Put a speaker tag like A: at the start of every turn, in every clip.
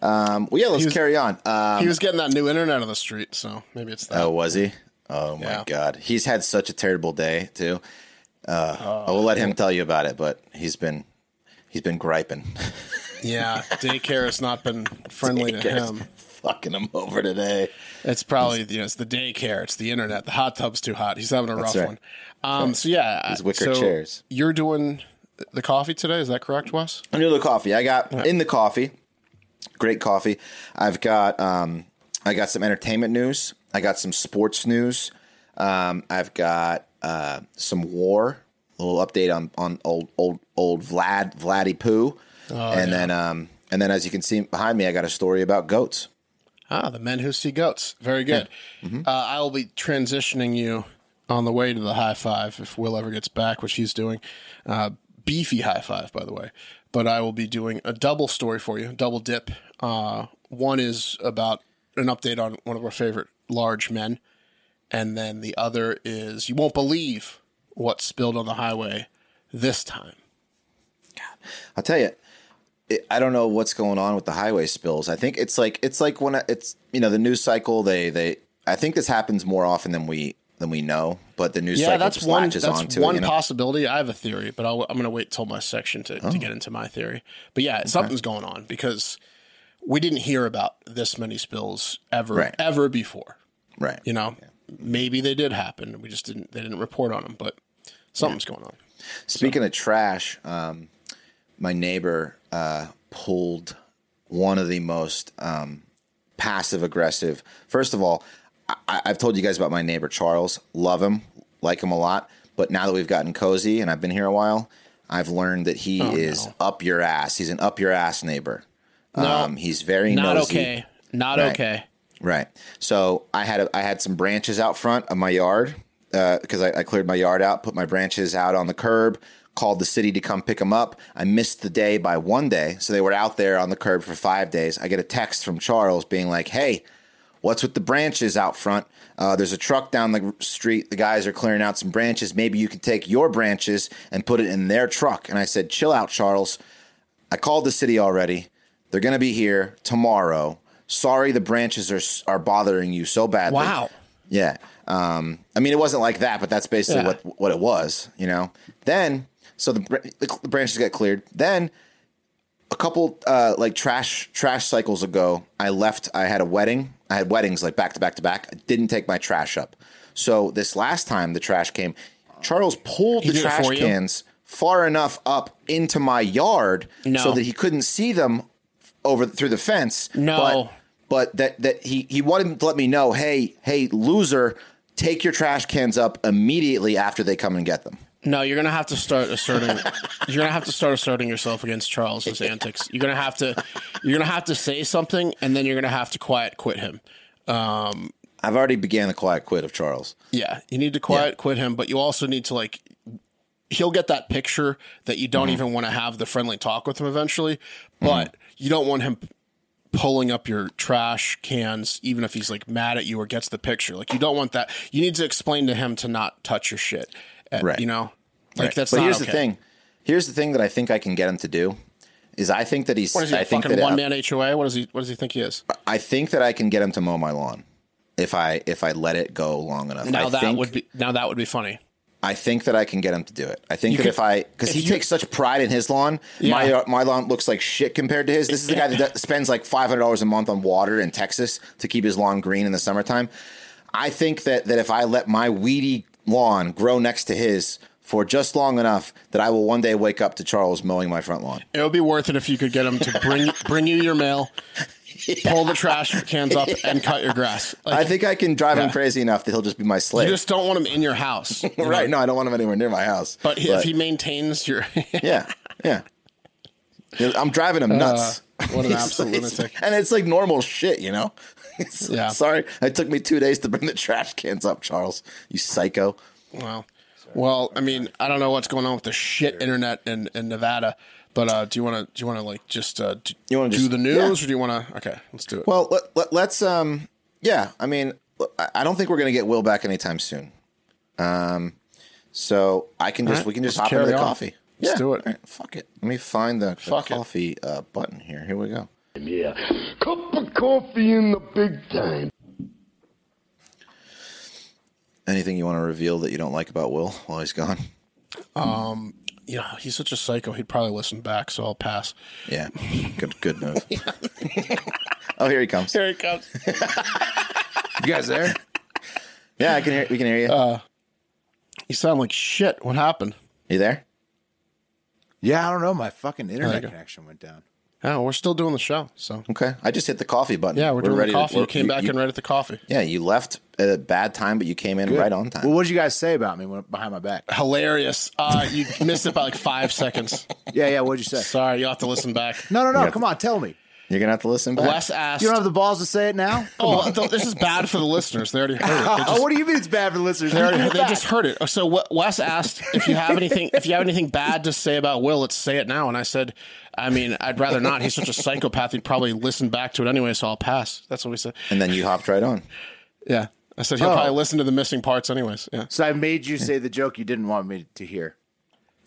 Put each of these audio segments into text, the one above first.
A: Um, well, yeah, let's carry on. Uh,
B: he was getting that new internet on the street, so maybe it's that.
A: oh, was he? Oh my
B: Yeah.
A: God, he's had such a terrible day too. Uh, I will let him tell you about it, but he's been he's been griping.
B: Yeah, daycare has not been friendly to
A: Daycare's
B: him.
A: fucking him over today.
B: It's probably you know, it's the daycare, it's the internet, the hot tub's too hot. He's having a rough
A: right.
B: one. Um, So yeah,
A: These wicker
B: so
A: chairs.
B: You're doing the coffee today, is that correct, Wes?
A: I knew the coffee. I got in the coffee. Great coffee. I've got um, I got some entertainment news. I got some sports news. Um, I've got uh, some war. A little update on on old old old Vlad Vladdy Poo.
B: Oh,
A: and then um, and then as you can see behind me, I got a story about goats.
B: Ah, the men who see goats. Very good. Uh, I will be transitioning you on the way to the high five if Will ever gets back, which he's doing. Uh, beefy high five, by the way. But I will be doing a double story for you, double dip. Uh, one is about an update on one of our favorite large men, and then the other is you won't believe what spilled on the highway this time.
A: I'll tell you, it, I don't know what's going on with the highway spills. I think it's like it's like when I- it's you know the news cycle. They they I think this happens more often than we than we know. But the news
B: Yeah,
A: cycle
B: that's
A: just
B: one.
A: latches
B: That's
A: onto
B: one
A: it. You know?
B: possibility. I have a theory, but I'll, I'm going to wait till my section to,
A: Oh.
B: to get into my theory. But yeah, something's going on because we didn't hear about this many spills ever
A: Right.
B: ever before.
A: right?
B: You know, maybe they did happen. We just didn't. They didn't report on them, but something's going on.
A: Speaking of trash, um, my neighbor uh, pulled one of the most um, passive aggressive. First of all, I- I've told you guys about my neighbor Charles. Love him, like him a lot. But now that we've gotten cozy and I've been here a while, I've learned that
B: Oh,
A: he is up your ass. He's an up your ass neighbor. Um, he's very
B: Not
A: nosy.
B: okay. Not
A: Right.
B: okay.
A: Right. So I had a, I had some branches out front of my yard because I, I cleared my yard out, put my branches out on the curb, called the city to come pick them up. I missed the day by one day, so they were out there on the curb for five days. I get a text from Charles being like, "Hey, what's with the branches out front? Uh, there's a truck down the street. The guys are clearing out some branches. Maybe you can take your branches and put it in their truck." And I said, "Chill out, Charles. I called the city already. They're going to be here tomorrow. Sorry, the branches are are bothering you so badly.
B: Wow.
A: Yeah. Um. I mean, it wasn't like that, but that's basically
B: Yeah.
A: what what it was. You know. Then, so the br- the the branches got cleared. Then, a couple uh like trash trash cycles ago, I left. I had a wedding. I had weddings like back to back to back. I didn't take my trash up. So this last time the trash came, Charles pulled the
B: did it
A: trash
B: for you?
A: cans far enough up into my yard
B: No.
A: so that he couldn't see them over through the fence.
B: No.
A: But, but that that he he wanted to let me know, hey, hey, loser, take your trash cans up immediately after they come and get them.
B: No, you're gonna have to start asserting. you're gonna have to start asserting yourself against Charles's antics. You're gonna have to. You're gonna have to say something, and then you're gonna have to quiet quit him. Um,
A: I've already began the quiet quit of Charles.
B: Yeah, you need to quiet quit him, but you also need to like he'll get that picture that you
A: Mm-hmm.
B: don't even want to have the friendly talk with him eventually, but you don't want him pulling up your trash cans even if he's like mad at you or gets the picture. Like you don't want that. You need to explain to him to not touch your shit. Uh,
A: Right.
B: You know? Like that's
A: but
B: not
A: here's
B: okay.
A: the thing. Here's the thing that I think I can get him to do Is I think that he's.
B: What is he? a
A: I think
B: fucking
A: that
B: one man HOA. What does he? What does he think he is?
A: I think that I can get him to mow my lawn if I if I let it go long enough.
B: Now
A: I
B: that
A: think,
B: would be now that would be funny.
A: I think that I can get him to do it. I think
B: You
A: that
B: could-
A: if I because
B: if
A: he
B: you-
A: takes such pride in his lawn,
B: Yeah.
A: my my lawn looks like shit compared to his. This is the guy that d- spends like five hundred dollars a month on water in Texas to keep his lawn green in the summertime. I think that that if I let my weedy lawn grow next to his for just long enough, that I will one day wake up to Charles mowing my front lawn.
B: It would be worth it if you could get him to bring bring you your mail, pull the trash cans up, and cut your grass. Like,
A: I think I can drive him crazy enough that he'll just be my slave.
B: you just don't want him in your house, you know?
A: right? No, I don't want him anywhere near my house.
B: But, he- if he maintains your,
A: Yeah, yeah. I'm driving him nuts.
B: Uh, what an
A: He's-
B: absolute
A: he's-
B: lunatic.
A: And it's like normal shit, you know? It's-
B: Yeah.
A: Sorry, it took me two days to bring the trash cans up, Charles. You psycho.
B: Wow. Well, I mean, I don't know what's going on with the shit internet in, in Nevada, but uh, do you want to do you want to like just uh, do,
A: You wanna
B: do
A: just-
B: the news
A: yeah.
B: or do you want to? Okay, let's do it.
A: Well, let, let, let's, um, yeah, I mean, I- I don't think we're going to get Will back anytime soon. Um, so I can just,
B: right,
A: we can just
B: let's
A: hop into
B: carry
A: the
B: on.
A: coffee.
B: Let's
A: Yeah,
B: do it.
A: all right, fuck it. Let me find the, the
B: Fuck it.
A: coffee uh, button here. Here we go.
C: Yeah. Cup of coffee in the big time.
A: Anything you want to reveal that you don't like about Will while he's gone?
B: you know, he's such a psycho. He'd probably listen back, so I'll pass.
A: Yeah, good, good move. oh, here he comes.
B: Here he comes.
D: You guys there?
A: Yeah, I can hear. We can hear you.
B: Uh, you sound like shit. What happened?
A: you there?
D: yeah, I don't know. My fucking internet
B: go.
D: connection went down.
B: Oh, we're still doing the show, so
A: Okay, I just hit the coffee button.
B: yeah, we're, doing the
A: to-
B: coffee. you
A: we're-
B: came back in right at the coffee.
A: Yeah, you left at a bad time, but you came in right on time.
D: Well, what did you guys say about me when, behind my back?
B: Hilarious. Uh, you missed it by like five seconds.
D: Yeah, yeah. What'd you say?
B: Sorry, you'll have to listen back.
D: No, no, no.
A: Yeah.
D: Come on, tell me.
A: You're gonna have to listen back.
B: Wes asked.
D: You don't have the balls to say it now.
B: oh, th- this is bad for the listeners. They already heard it. They just-
D: oh, what do you mean it's bad for the listeners?
B: They, already,
D: Give it
B: they
D: back.
B: just heard it. So what Wes asked if you have anything if you have anything bad to say about Will, let's say it now. And I said, I mean, I'd rather not. He's such a psychopath. He'd probably listen back to it anyway, so I'll pass. That's what we said.
A: and then you hopped right on.
B: Yeah, I said he'll
D: Oh.
B: probably listen to the missing parts anyways. Yeah,
D: So I made you say the joke you didn't want me to hear.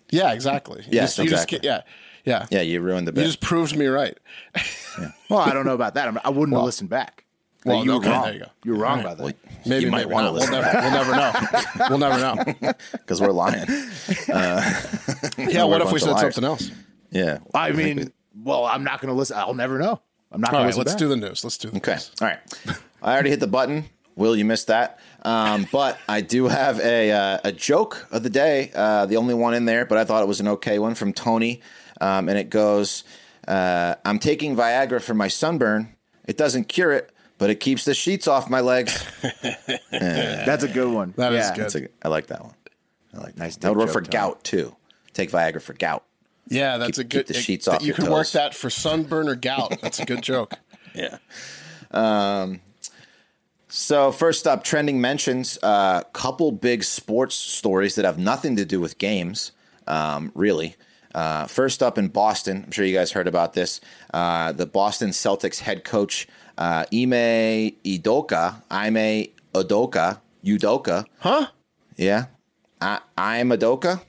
B: yeah, exactly. You
A: Yes,
B: just- you just
A: exactly.
B: get- yeah, yeah,
A: Yeah, you ruined the
B: You
A: bit.
B: just proved me right.
D: Well, I don't know about that. I'm, I wouldn't have listened back.
B: Well,
D: you were
B: okay,
D: wrong.
B: there you go.
D: You're wrong about that.
A: Well,
B: Maybe
A: you might
B: maybe
A: want
B: not.
A: to
B: We'll
A: listen
B: never, we'll never know. We'll never know.
A: because we're lying.
B: Yeah, what
A: a
B: if we
A: bunch of
B: said
A: liars.
B: something else?
A: Yeah,
D: I mean, well, I'm not going to listen. I'll never know. I'm not
B: All
D: going
B: right,
D: to listen.
B: let's
D: back.
B: do the news. Let's do the
A: Okay.
B: news.
A: All right. I already hit the button. Will, you missed that. Um, but I do have a, uh, a joke of the day, uh, the only one in there, but I thought it was an okay one from Tony. Um, and it goes uh, I'm taking Viagra for my sunburn. It doesn't cure it, but it keeps the sheets off my legs.
D: That's a good one.
B: That
D: That
B: is
D: is
B: good.
A: That's a, I like that one. I like
D: Nice
A: that. Nice that would work
D: dick
A: for
D: joke, Tony.
A: gout, too. Take Viagra for gout.
B: Yeah, that's
A: Keep-
B: a
A: keep
B: good.
A: the sheets
B: that
A: off
B: you
A: your
B: can work
A: toes.
B: that for sunburn or gout. That's a good joke.
A: Yeah. Um, so first up, trending mentions a uh, couple big sports stories that have nothing to do with games, um, really. Uh, first up in Boston, I'm sure you guys heard about this. Uh, the Boston Celtics head coach uh, Ime Idoka, Ime Udoka, Udoka,
B: Huh?
A: yeah, I, I'm Udoka.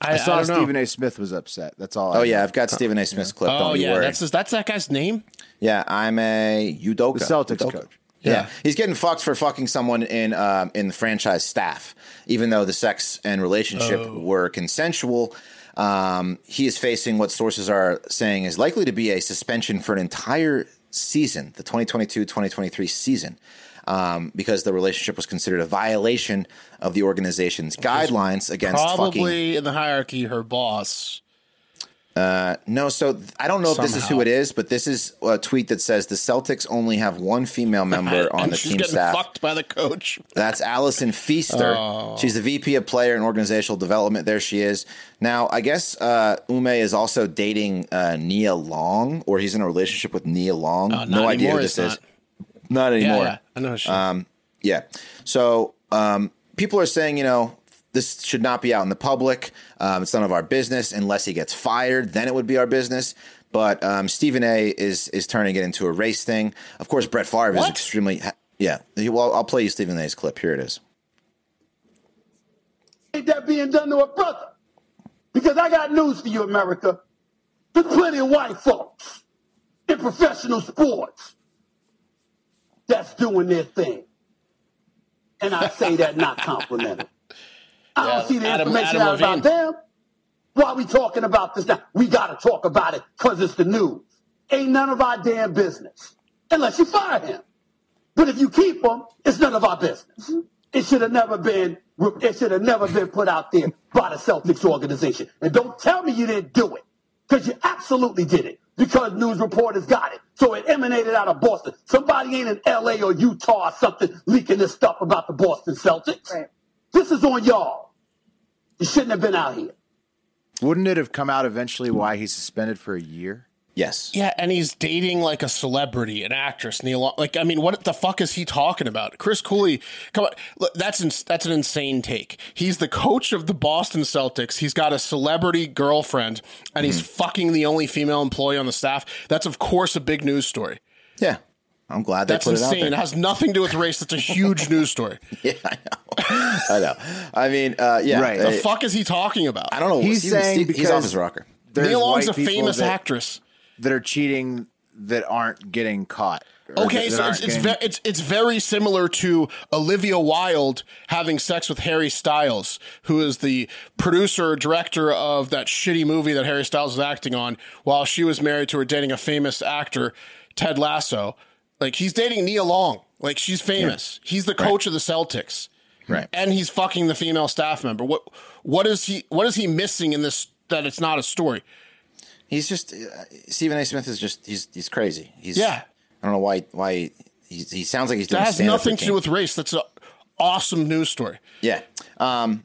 B: I,
D: I saw
B: don't know.
D: Stephen A. Smith was upset. That's all. I
A: Oh yeah, I've got Stephen A. Smith's clip.
B: Oh
A: Don't you
B: yeah,
A: worry.
B: that's his, that's that guy's name.
A: Yeah, I'm a Udoka.
D: The Celtics
A: Udoka.
D: coach.
A: Yeah.
B: Yeah.
A: he's getting fucked for fucking someone in um, in the franchise staff, even though the sex and relationship
D: Oh.
A: were consensual. Um, he is facing what sources are saying is likely to be a suspension for an entire season, the 2022-2023 season, um, because the relationship was considered a violation of the organization's guidelines against fucking
B: Probably in the hierarchy, her boss.
A: No, so th- I don't know if this is who
B: Somehow.
A: it is, but this is a tweet that says the Celtics only have one female member on
B: and
A: the
B: she's
A: team
B: getting
A: staff.
B: fucked by the coach.
A: That's Allison Feaster.
B: Oh.
A: She's the VP of Player and Organizational Development. There she is. Now, I guess uh, Ume is also dating uh, Nia Long, or he's in a relationship with Nia Long.
B: Uh, not
A: no idea
B: anymore,
A: who this
B: it's
A: is. Not
B: Yeah,
A: anymore.
B: yeah, I know. She,
A: Yeah. So um, people are saying, you know, this should not be out in the public. Um, it's none of our business unless he gets fired. Then it would be our business. But um, Stephen A. is is turning it into a race thing. Of course, Brett Favre is
B: What?
A: extremely. Ha- yeah. He- Well, I'll play you Stephen A.'s clip. Here it is.
E: Ain't that being done to a brother. Because I got news for you, America. There's plenty of white folks in professional sports that's doing their thing. And I say that not complimentary. I
B: Yeah,
E: don't see the
B: Adam-
E: information
B: Adam
E: out about
B: Levine.
E: them. Why are we talking about this now? We got to talk about it because it's the news. Ain't none of our damn business unless you fire him. But if you keep him, it's none of our business. It should have never been. It should have never been put out there by the Celtics organization. And don't tell me you didn't do it, because you absolutely did it. Because news reporters got it, so it emanated out of Boston. Somebody ain't in L.A. or Utah or something leaking this stuff about the Boston Celtics.
F: Right.
E: This is on y'all. You shouldn't have been out here.
D: Wouldn't it have come out eventually why he's suspended for a year?
A: Yes.
B: Yeah, and he's dating like a celebrity, an actress. Neil, like I mean, what the fuck is he talking about? Chris Cooley, come on, look, that's ins that's an insane take. He's the coach of the Boston Celtics. He's got a celebrity girlfriend, and he's
A: Mm-hmm.
B: fucking the only female employee on the staff. That's of course a big news story.
A: Yeah. I'm glad they
B: That's
A: put it out
B: insane. It
A: there.
B: has nothing to do with race. That's a huge news story.
A: Yeah, I know. I know. I mean, uh, yeah.
D: Right.
A: I,
B: The fuck is he talking about?
A: I don't know.
D: He's
A: Steven-
D: saying
A: Steve- he's off
D: because-
A: his rocker.
D: There's
B: Neil Long's a
D: white people
B: famous
D: that,
B: actress.
D: that are cheating that aren't getting caught. or
B: Okay,
D: that- that
B: so
D: aren't
B: it's it's,
D: getting-
B: ve- it's it's very similar to Olivia Wilde having sex with Harry Styles, who is the producer or director of that shitty movie that Harry Styles was acting on, while she was married to or dating a famous actor, Ted Lasso. Like he's dating Nia Long. Like she's famous. He's the coach of the Celtics.
A: Right.
B: And he's fucking the female staff member. What what is he what is he missing in this that it's not a story?
A: He's just uh, Stephen A. Smith is just he's he's crazy. He's
B: Yeah.
A: I don't know why why he, he, he sounds like he's doing
B: That has
A: stand-up
B: nothing to do
A: routine.
B: with race. That's an awesome news story.
A: Yeah. Um,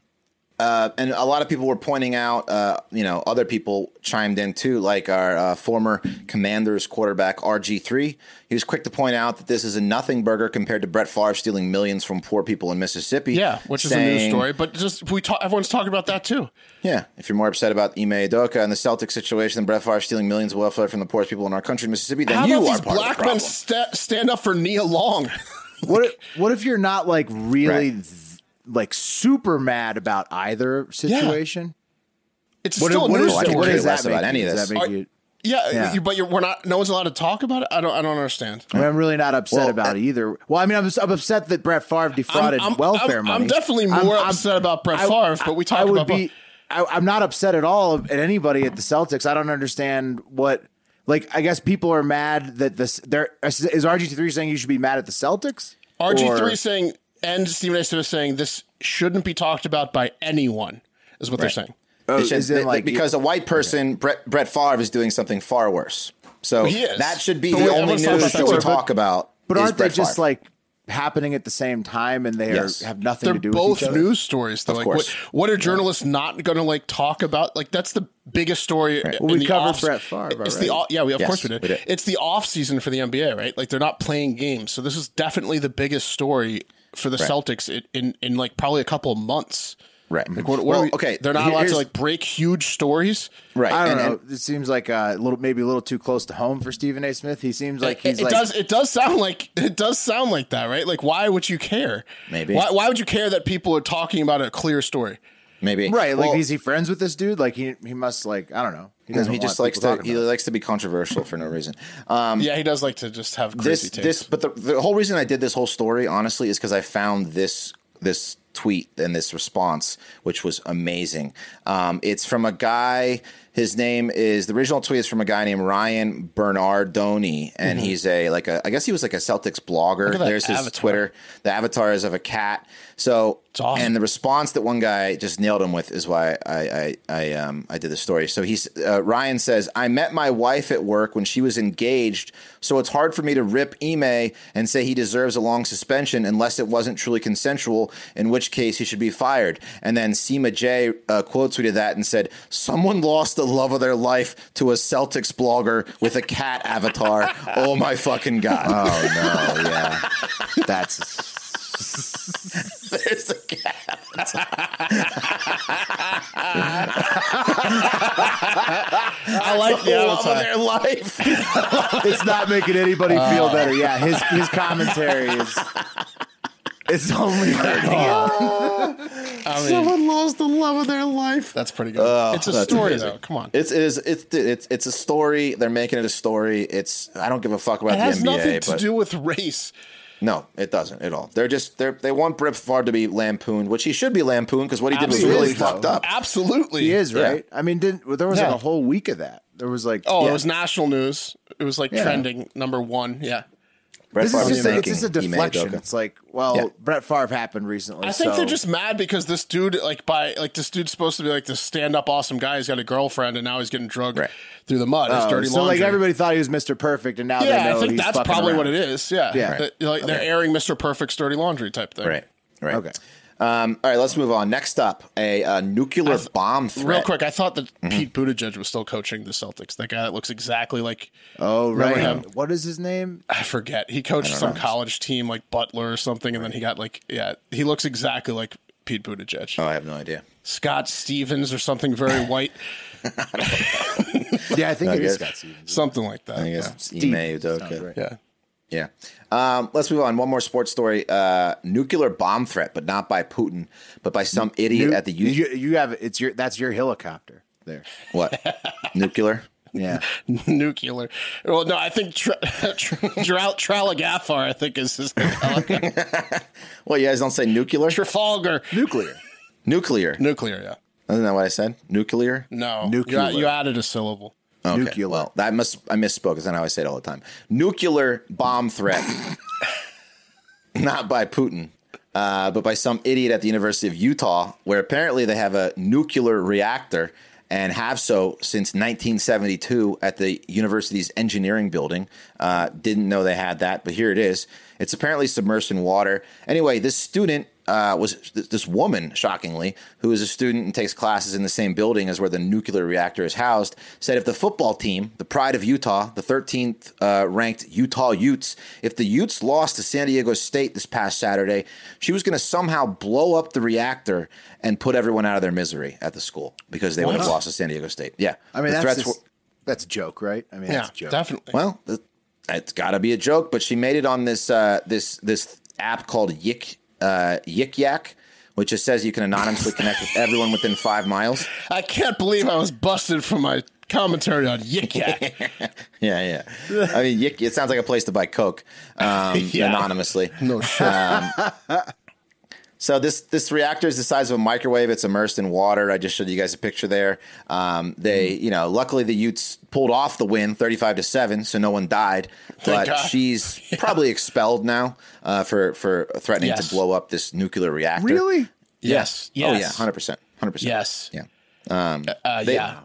A: uh, and a lot of people were pointing out, uh, you know, other people chimed in too, like our uh, former Commanders quarterback RG3. He was quick to point out that this is a nothing burger compared to Brett Favre stealing millions from poor people in Mississippi.
B: Yeah, which is a news
A: saying-
B: story. But just we talk, everyone's talking about that too.
A: Yeah, if you're more upset about Ime Udoka and the Celtics situation than Brett Favre stealing millions of welfare from the poorest people in our country, Mississippi, then
B: How
A: you
B: about
A: are
B: these
A: part of
B: black
A: the
B: men
A: problem.
B: sta stand up for Nia Long?
D: what if, what if you're not like really
A: Right.
D: th- like super mad about either situation?
B: It's
D: What,
B: still a
D: what is
B: news
D: that-
A: I
B: story.
A: can
D: what
A: care
D: does that
A: less
D: make
A: about
D: you?
A: any of
D: Does
A: this.
D: that make you-
B: yeah,
D: Yeah.
B: you- but you're, we're not. No one's allowed to talk about it. I don't. I don't understand.
D: I mean, I'm really not upset
A: Well,
D: about
A: uh,
D: it either. Well, I mean, I'm, I'm upset that Brett Favre defrauded
B: I'm- I'm-
D: welfare
B: I'm-
D: money.
B: I'm definitely more upset about Brett Favre, but we talked
D: I would
B: about both.
D: be- I, I'm not upset at all at anybody at the Celtics. I don't understand what. Like, I guess people are mad that this. There is RG3 saying you should be mad at the Celtics.
B: RG
D: Or-
B: three saying and Stephen A. Smith saying this shouldn't be talked about by anyone is what they're saying.
A: Oh, It should-
D: is it
A: th-
D: like-
A: because a white person, Brett, Brett Favre, is doing something far worse. So
B: He is.
A: that should be
B: But
A: the
B: we-
A: only
B: everyone's talking
A: news
B: about
A: that
B: that
A: we
B: too.
A: talk about.
D: But
A: is
D: aren't they
A: Brett
D: just
A: Favre.
D: like happening at the same time and they
A: Yes.
D: are, have nothing
B: They're
D: to do with
B: both
D: each other?
B: news stories. Though.
A: Of
B: Like,
A: course.
B: what, what are journalists not going to like talk about? Like, that's the biggest story. in
D: Well, we
B: the
D: covered
B: off-
D: Brett Favre
B: It's
D: already.
B: the au- yeah, we of
A: Yes,
B: course we did.
A: we did.
B: It's the off season for the NBA, right? Like, they're not playing games, so this is definitely the biggest story for the Celtics in, in in like probably a couple of months.
A: right?
B: Like, what, what
A: Well,
B: are we,
A: okay,
B: they're not allowed
A: here's-
B: to like break huge stories. Uh,
A: right.
D: I don't
A: and-
D: know.
A: and-
D: it seems like uh, a little, maybe a little too close to home for Stephen A. Smith. He seems like
B: it,
D: he's
B: it
D: like
B: does it does sound like it does sound like that, right? Like, why would you care?
A: Maybe.
B: Why, why would you care that people are talking about a clear story?
A: maybe
D: right.
A: Well,
D: like, is he friends with this dude? Like, he he must like I don't know. He,
A: he
D: doesn't
A: just
D: want
A: likes
D: people
A: to
D: talking
A: he
D: about it.
A: likes to be controversial for no reason. Um,
B: Yeah, he does like to just have crazy
A: this
B: takes.
A: this, but the, the whole reason I did this whole story honestly is because I found this this tweet and this response, which was amazing. Um, it's from a guy. His name is the original tweet is from a guy named Ryan Bernardoni, and
D: Mm-hmm.
A: he's a like a I guess he was like a Celtics blogger.
B: at that
A: There's his
B: avatar.
A: Twitter. The avatar is of a cat. So
B: awesome.
A: and the response that one guy just nailed him with is why I I I, um, I did the story. So he's uh, Ryan says I met my wife at work when she was engaged, so it's hard for me to rip Ime and say he deserves a long suspension unless it wasn't truly consensual, in which case he should be fired. And then Sema J uh, quote tweeted that and said someone lost the love of their life to a Celtics blogger with a cat avatar. Oh my fucking god!
D: Oh no, yeah, that's
A: There's a cat.
B: I like the
A: love
B: avatar.
A: of their life.
D: it's not making anybody feel better. Yeah, his his commentary is it's only hurting him.
B: I mean,
A: Someone lost the love of their life.
B: that's pretty good. it's a
A: that's
B: story,
A: amazing.
B: though. Come on.
A: It's it is it's it's it's a story. They're making it a story. It's I don't give a fuck about
B: it has
A: the
B: nothing
A: NBA,
B: to
A: but
B: do with race.
A: no, it doesn't at all. They're just they they want Brett Favre to be lampooned, which he should be lampooned because what he did was
B: Absolutely.
A: really
B: He is,
A: fucked up.
B: Absolutely.
D: He is
A: Yeah.
D: right. I mean, didn't there was like
B: Yeah.
D: a whole week of that? There was like
B: Oh,
A: Yeah.
B: it was national news. It was like trending number one. Yeah.
A: Brett
D: this is
A: Favre's
D: just a, it's
A: thinking
D: just a
A: he made
D: deflection.
A: Doka.
D: It's like, well,
A: Yeah.
D: Brett Favre happened recently.
B: I think
D: so-
B: they're just mad because this dude, like, by like this dude's supposed to be like this stand-up awesome guy. He's got a girlfriend, and now he's getting drugged
A: Right.
B: through the mud. His
D: Oh,
B: dirty
D: so
B: laundry.
D: like everybody thought he was Mr. Perfect, and now they
B: yeah,
D: know
B: I think
D: he's
B: that's
D: fucking
B: probably
D: around.
B: what it is. Yeah,
D: Yeah.
B: That- like they're airing Mr. Perfect's dirty laundry type thing.
A: Right. Right.
D: Okay.
A: Um, all right, let's move on. Next up, a, uh nuclear bomb threat.
B: Real quick, I thought that
D: Mm-hmm.
B: Pete Buttigieg was still coaching the Celtics. That guy that looks exactly like
D: Oh
B: Remember
D: right.
B: him?
D: What is his name?
B: I forget. He coached some college team like Butler or something, and then he got like yeah, he looks exactly like Pete Buttigieg.
A: Oh, I have no idea.
B: Scott Stevens or something very white,
D: Yeah, I think it is
A: guess-
D: Scott Stevens.
B: something like that.
A: I guess
B: yeah.
A: it's Ime Udoka.
D: right.
B: yeah.
A: Yeah. Um, let's move on. One more sports story. Uh, nuclear bomb threat, but not by Putin, but by some idiot
D: You-
A: at the U-
D: you, you have it's your that's your helicopter there.
A: what? nuclear?
D: Yeah,
B: Nuclear. Well, no, I think Tra- Tra- Tra- Tralagafar, I think is his name.
A: Well, you guys don't say nuclear?
B: Trafalgar.
D: nuclear.
A: Nuclear.
B: Nuclear, yeah.
A: Isn't that what I said? Nuclear?
B: No.
D: Nuclear.
B: You, you added a syllable.
A: Okay.
D: Nuclear.
A: Well, that must I misspoke. Is not how I say it all the time. Nuclear bomb threat, not by Putin, uh, but by some idiot at the University of Utah, where apparently they have a nuclear reactor and have so since 1972 at the university's engineering building. Uh, didn't know they had that, but here it is. It's apparently submersed in water. Anyway, this student uh, was th- this woman, shockingly, who is a student and takes classes in the same building as where the nuclear reactor is housed, said if the football team, the pride of Utah, the 13th uh, ranked Utah Utes, if the Utes lost to San Diego State this past Saturday, she was going to somehow blow up the reactor and put everyone out of their misery at the school because they would have lost to San Diego State. Yeah.
D: I mean
A: the
D: that's
A: threats
D: just-
A: were-
D: that's a joke, right? I mean,
B: Yeah,
D: that's a joke.
B: definitely.
A: well, th- it's got to be a joke, but she made it on this uh, this this app called Yik uh, Yik Yak, which just says you can anonymously connect with everyone within five miles.
B: I can't believe I was busted for my commentary on Yik Yak.
A: Yeah, yeah. I mean, Yik, it sounds like a place to buy coke um,
B: Yeah.
A: anonymously.
B: no shit.
A: So this this reactor is the size of a microwave. It's immersed in water. I just showed you guys a picture there. Um, they,
B: Mm-hmm.
A: you know, luckily the Utes pulled off the win, thirty-five to seven, so no one died. but
B: God.
A: she's probably expelled now uh, for for threatening
B: Yes.
A: to blow up this nuclear reactor.
D: really?
B: yes. Yes.
A: Oh yeah, hundred percent, hundred percent.
B: Yes.
A: Yeah.
B: Uh,
A: They-
B: yeah.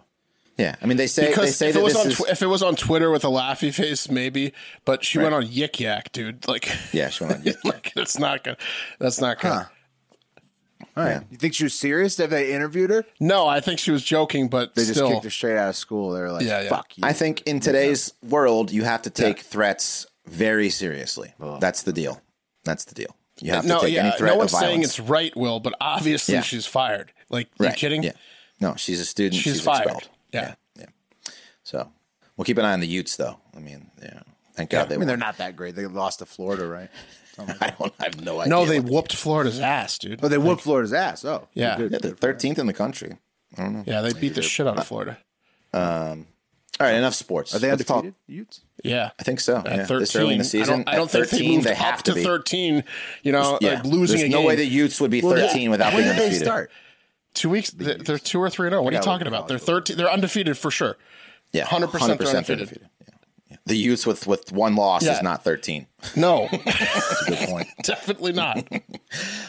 A: Yeah. I mean, they say they
B: Because
A: say
B: if
A: that
B: it, was
A: this
B: on
A: is.
B: tw- if it was on Twitter with a laughy face, maybe. But she went on Yik Yak, dude. Like,
A: yeah, she went on.
B: like that's not good. That's not good.
D: All right. You think she was serious? Have they interviewed her?
B: No, I think she was joking, but
D: They just
B: still,
D: kicked her straight out of school. They were like,
B: Yeah, yeah.
D: "Fuck you."
A: I think in today's world, you have to take threats very seriously.
D: Oh.
A: That's the deal. That's the deal. You have to
B: no,
A: take
B: yeah,
A: any threat
B: no one's
A: of violence.
B: saying it's right, Will, but obviously
A: Yeah.
B: she's fired. Like, you kidding?
A: Yeah. No, she's a student.
B: She's
A: She's,
B: fired.
A: expelled.
B: Yeah.
A: yeah. Yeah. So we'll keep an eye on the Utes, though. I mean, yeah. Thank God they.
D: I mean, they're
A: won.
D: not that great. They lost to Florida, right?
A: I don't. I have no idea.
B: No, they
A: what-
B: whooped Florida's ass, dude.
D: But they whooped Florida's ass. Oh,
B: Yeah.
D: Good.
A: Yeah, they're thirteenth in the country.
B: yeah, they beat the shit out of Florida.
A: All right, enough sports.
D: Are they
A: Let's talk-
D: undefeated? The Utes?
B: Yeah,
A: I think so.
B: At
A: yeah.
B: thirteen,
A: This early in the
B: I
A: season,
B: don't, I don't
A: at
B: think
A: 13,
B: they moved
A: they have
B: up
A: to
B: to,
A: be.
B: thirteen. You know,
A: Yeah.
B: like losing
A: There's
B: a
A: no
B: game.
A: way the Utes would be thirteen without
D: When
A: being
D: did they
A: undefeated.
D: start?
B: Two weeks, they- they're two or three. No, what are you talking about? They're thirteen. They're undefeated for sure.
A: Yeah,
B: 100% they're undefeated.
A: Yeah. Yeah. The Utes with with one loss
B: Yeah.
A: is not thirteen.
B: No,
A: That's a good point. Um,
B: definitely not.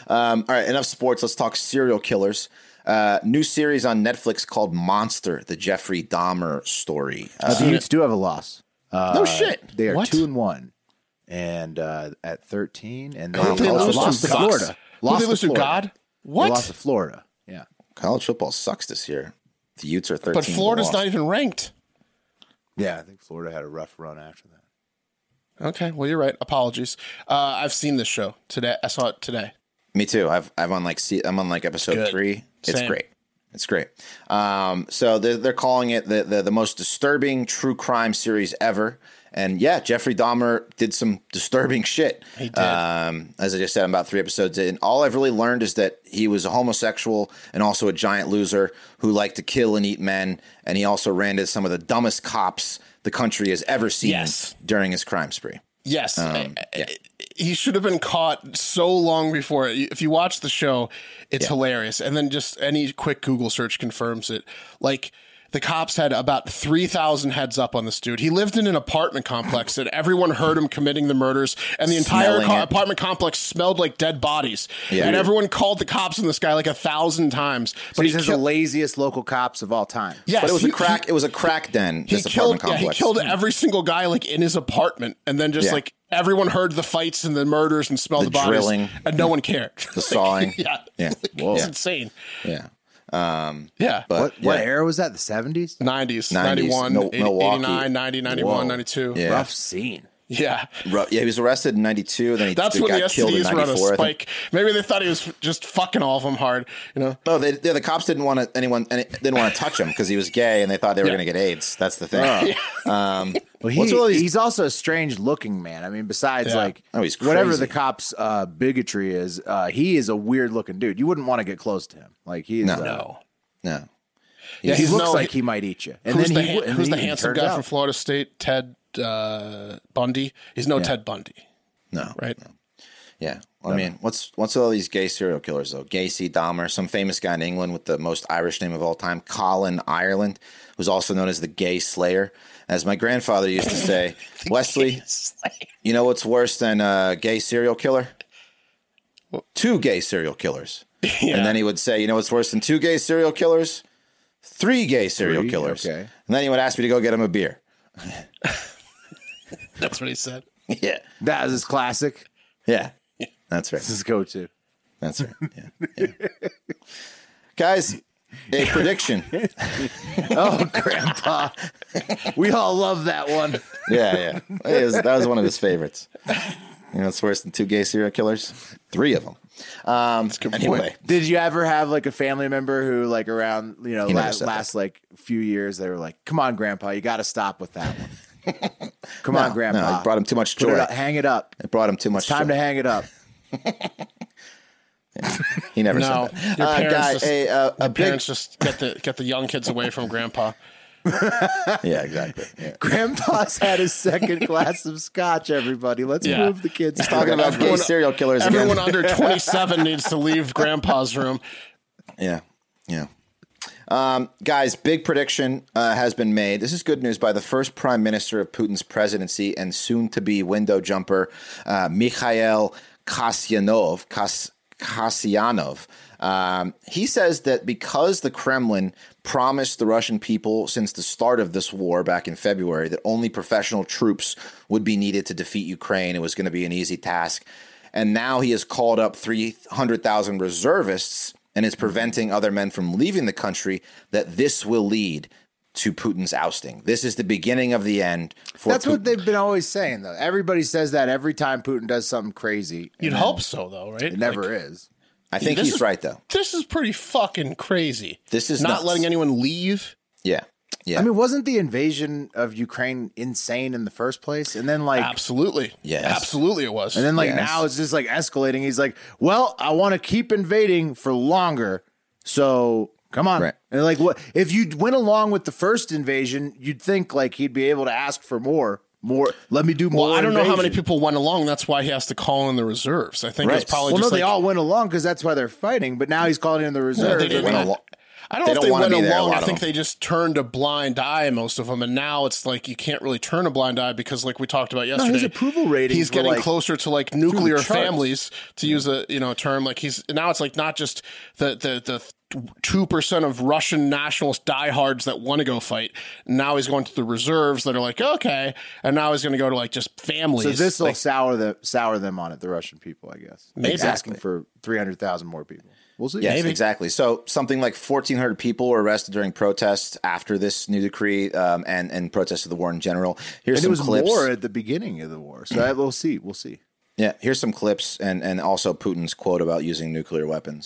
A: All right, enough sports. Let's talk serial killers. Uh, new series on Netflix called Monster: The Jeffrey Dahmer Story. Uh,
D: Uh, the Utes do have a loss. Uh,
A: no shit.
D: They are
B: What?
D: two and one, and uh, at thirteen, and they,
A: Wow,
D: they
A: they
D: also
A: lose to
D: lost to
A: Fox?
D: Florida.
B: Who
D: Lost
B: they lose to
D: Florida.
B: God?
D: They lost
B: What?
D: to Florida. Yeah.
A: College football sucks this year. The Utes are thirteen.
B: But
A: to
B: Florida's
A: loss.
B: not even ranked.
D: Yeah, I think Florida had a rough run after that.
B: Okay, well you're right. Apologies. Uh, I've seen this show today. I saw it today.
A: Me too. I've I've on like se- I'm on like episode
B: Good.
A: three. It's
B: Same.
A: great. It's great. Um, so they're, they're calling it the, the the most disturbing true crime series ever. And yeah, Jeffrey Dahmer did some disturbing shit. He
B: did.
A: Um, as I just said, I'm about three episodes in. All I've really learned is that he was a homosexual and also a giant loser who liked to kill and eat men. And he also ran into some of the dumbest cops the country has ever seen
B: Yes.
A: during his crime spree.
B: Yes.
A: Um,
B: He should have been caught so long before. If you watch the show, it's hilarious. And then just any quick Google search confirms it. Like, the cops had about 3,000 heads up on this dude. He lived in an apartment complex and everyone heard him committing the murders, and the entire
A: Smelling
B: co-
A: it.
B: apartment complex smelled like dead bodies.
A: Yeah.
B: And everyone called the cops on this guy like a thousand times.
D: But he's
B: killed-
D: the laziest local cops of all time.
B: Yes,
A: But it was
B: he-
A: a crack. it was a crack den.
B: he
A: this
B: killed
A: apartment
B: yeah, he
A: complex.
B: killed every single guy like in his apartment and then just
A: Yeah.
B: like everyone heard the fights and the murders and smelled the,
A: The
B: bodies
A: drilling.
B: and no one cared
A: the sawing.
B: yeah
A: Yeah. Whoa.
B: it's insane
A: yeah. Um,
B: yeah
A: But-
D: What, what
A: yeah.
D: era was that? The 70s?
B: 90s,
A: 90s,
B: 91
A: Mil-
B: 80,
A: Milwaukee.
B: 89 90 91
D: Whoa.
B: 92
A: Yeah.
D: Rough scene.
B: yeah
A: Ru- yeah, he was arrested in '92. Then he
B: that's
A: he
B: when
A: got
B: the
A: killed
B: STDs
A: in
B: were on a
A: '94. I think.
B: spike maybe they thought he was just fucking all of them hard you know
A: No, they, yeah, the cops didn't want to, anyone any, didn't want to touch him because he was gay, and they thought they were
B: Yeah. Oh.
A: going to get AIDS. That's the thing. um,
D: Well,
A: what's all
D: he,
A: these-
D: he's also a strange looking man. I mean, besides
B: Yeah.
D: like
A: Oh, he's
D: whatever
A: crazy.
D: the cop's uh, bigotry is, uh, he is a weird looking dude. You wouldn't want to get close to him. Like he's
A: No.
D: uh,
B: no
A: no,
B: yeah
D: he
B: he's
D: looks
B: no-
D: like he might eat you. And
B: who's
D: then
B: the,
D: he
B: han-
D: would- and
B: who's
D: then
B: the
D: he
B: handsome
D: turned
B: guy
D: out.
B: from Florida State Ted uh, Bundy he's no Ted Bundy
A: no,
B: right
A: yeah. I mean, what's what's all these gay serial killers though? Gacy, Dahmer, some famous guy in England with the most Irish name of all time, Colin Ireland, who's also known as the Gay Slayer. As my grandfather used to say, Wesley, you know what's worse than a gay serial killer? Two gay serial killers. And then he would say, you know what's worse than two gay serial killers? Three gay serial
D: Three?
A: killers.
D: Okay.
A: And then he would ask me to go get him a beer.
B: that's what he said
A: yeah.
D: That is his classic.
A: Yeah. That's right.
D: This is go to.
A: That's right. Yeah. Yeah. Guys, a prediction. Yeah,
D: Oh, Grandpa. we all love that one.
A: yeah. It was- that was one of his favorites. You know, it's worse than two gay serial killers. Three of them. Um,
B: good point.
A: anyway,
D: Did you ever have like a family member who like around you know
A: He never
D: last,
A: said that.
D: last like few years they were like, "Come on, Grandpa, you got to stop with that one." Come on,
A: no,
D: Grandpa.
A: it brought him too much
D: Put it
A: joy.
D: up- hang it up.
A: it brought him too much
D: Time
A: joy.
D: to hang it up.
A: he never
B: No,
A: said that.
B: your
A: Uh,
B: parents
A: guy,
B: just-
A: a, uh, a big,
B: parents just get the get the young kids away from grandpa.
A: yeah, exactly. Yeah.
D: Grandpa's had his second glass of scotch. Everybody, let's
B: Yeah.
D: move the kids.
A: Talking about gay
B: Everyone-
A: serial killers again.
B: Everyone under 27 needs to leave grandpa's room.
A: Yeah. Yeah. Um, guys, big prediction uh, has been made. This is good news by the first prime minister of Putin's presidency and soon to be window jumper, uh, Mikhail Kasyanov. Kas- Kasyanov. Um, he says that because the Kremlin promised the Russian people since the start of this war back in February that only professional troops would be needed to defeat Ukraine, it was going to be an easy task. And now he has called up 300,000 reservists and is preventing other men from leaving the country, that this will lead to Putin's ousting. This is the beginning of the end for
D: That's what
A: Putin.
D: they've been always saying, though. Everybody says that every time Putin does something crazy.
B: You'd hope so, though, right?
D: Mm. It never
B: Like,
D: is.
A: I think
B: this
A: he's
B: is-
A: right, though.
B: This is pretty fucking crazy.
A: This is
B: not
A: nuts.
B: letting anyone leave.
A: Yeah. Yeah.
D: I mean, wasn't the invasion of Ukraine insane in the first place? And then like
B: Absolutely.
A: Yes.
B: Absolutely, it was.
D: And then like
A: Yes.
D: now it's just like escalating. He's like, "Well, I want to keep invading for longer, so come on."
A: Right.
D: And like, what if you went along with the first invasion? You'd think like he'd be able to ask for more, more. Let me do more.
B: well, I don't know how many
D: invasion."
B: people went along. That's why he has to call in the reserves. I think
A: Right.
B: it's probably
D: Well, no,
B: just
D: they
B: like-
D: all went along because that's why they're fighting. But now he's calling in the reserve.
B: they
A: They
B: didn't.
A: went along-
B: I don't
A: They
B: know
A: don't
B: if they
A: wanna
B: went
A: be there, a
B: along.
A: lot
B: I
A: of
B: think
A: them.
B: they just turned a blind eye, most of them, and now it's like you can't really turn a blind eye because, like we talked about yesterday,
D: approval ratings
B: He's
D: were,
B: getting
D: like,
B: closer to like nuclear families, to use a you know term. Like he's now it's like not just the the the two percent of Russian nationalist diehards that want to go fight. Now he's going to the reserves that are like okay, and now he's going to go to like just families.
D: so this will
B: like,
D: sour the sour them on it. The Russian people, I guess.
B: Maybe.
D: He's asking for three hundred thousand more people. We'll see.
A: Yes,
B: Maybe.
A: exactly. So something like 1,400 people were arrested during protests after this new decree um, and and protests of the war in general. Here's
D: And it
A: some
D: was
A: clips.
D: more at the beginning of the war, so I, we'll see. We'll see.
A: Yeah, here's some clips and and also Putin's quote about using nuclear weapons.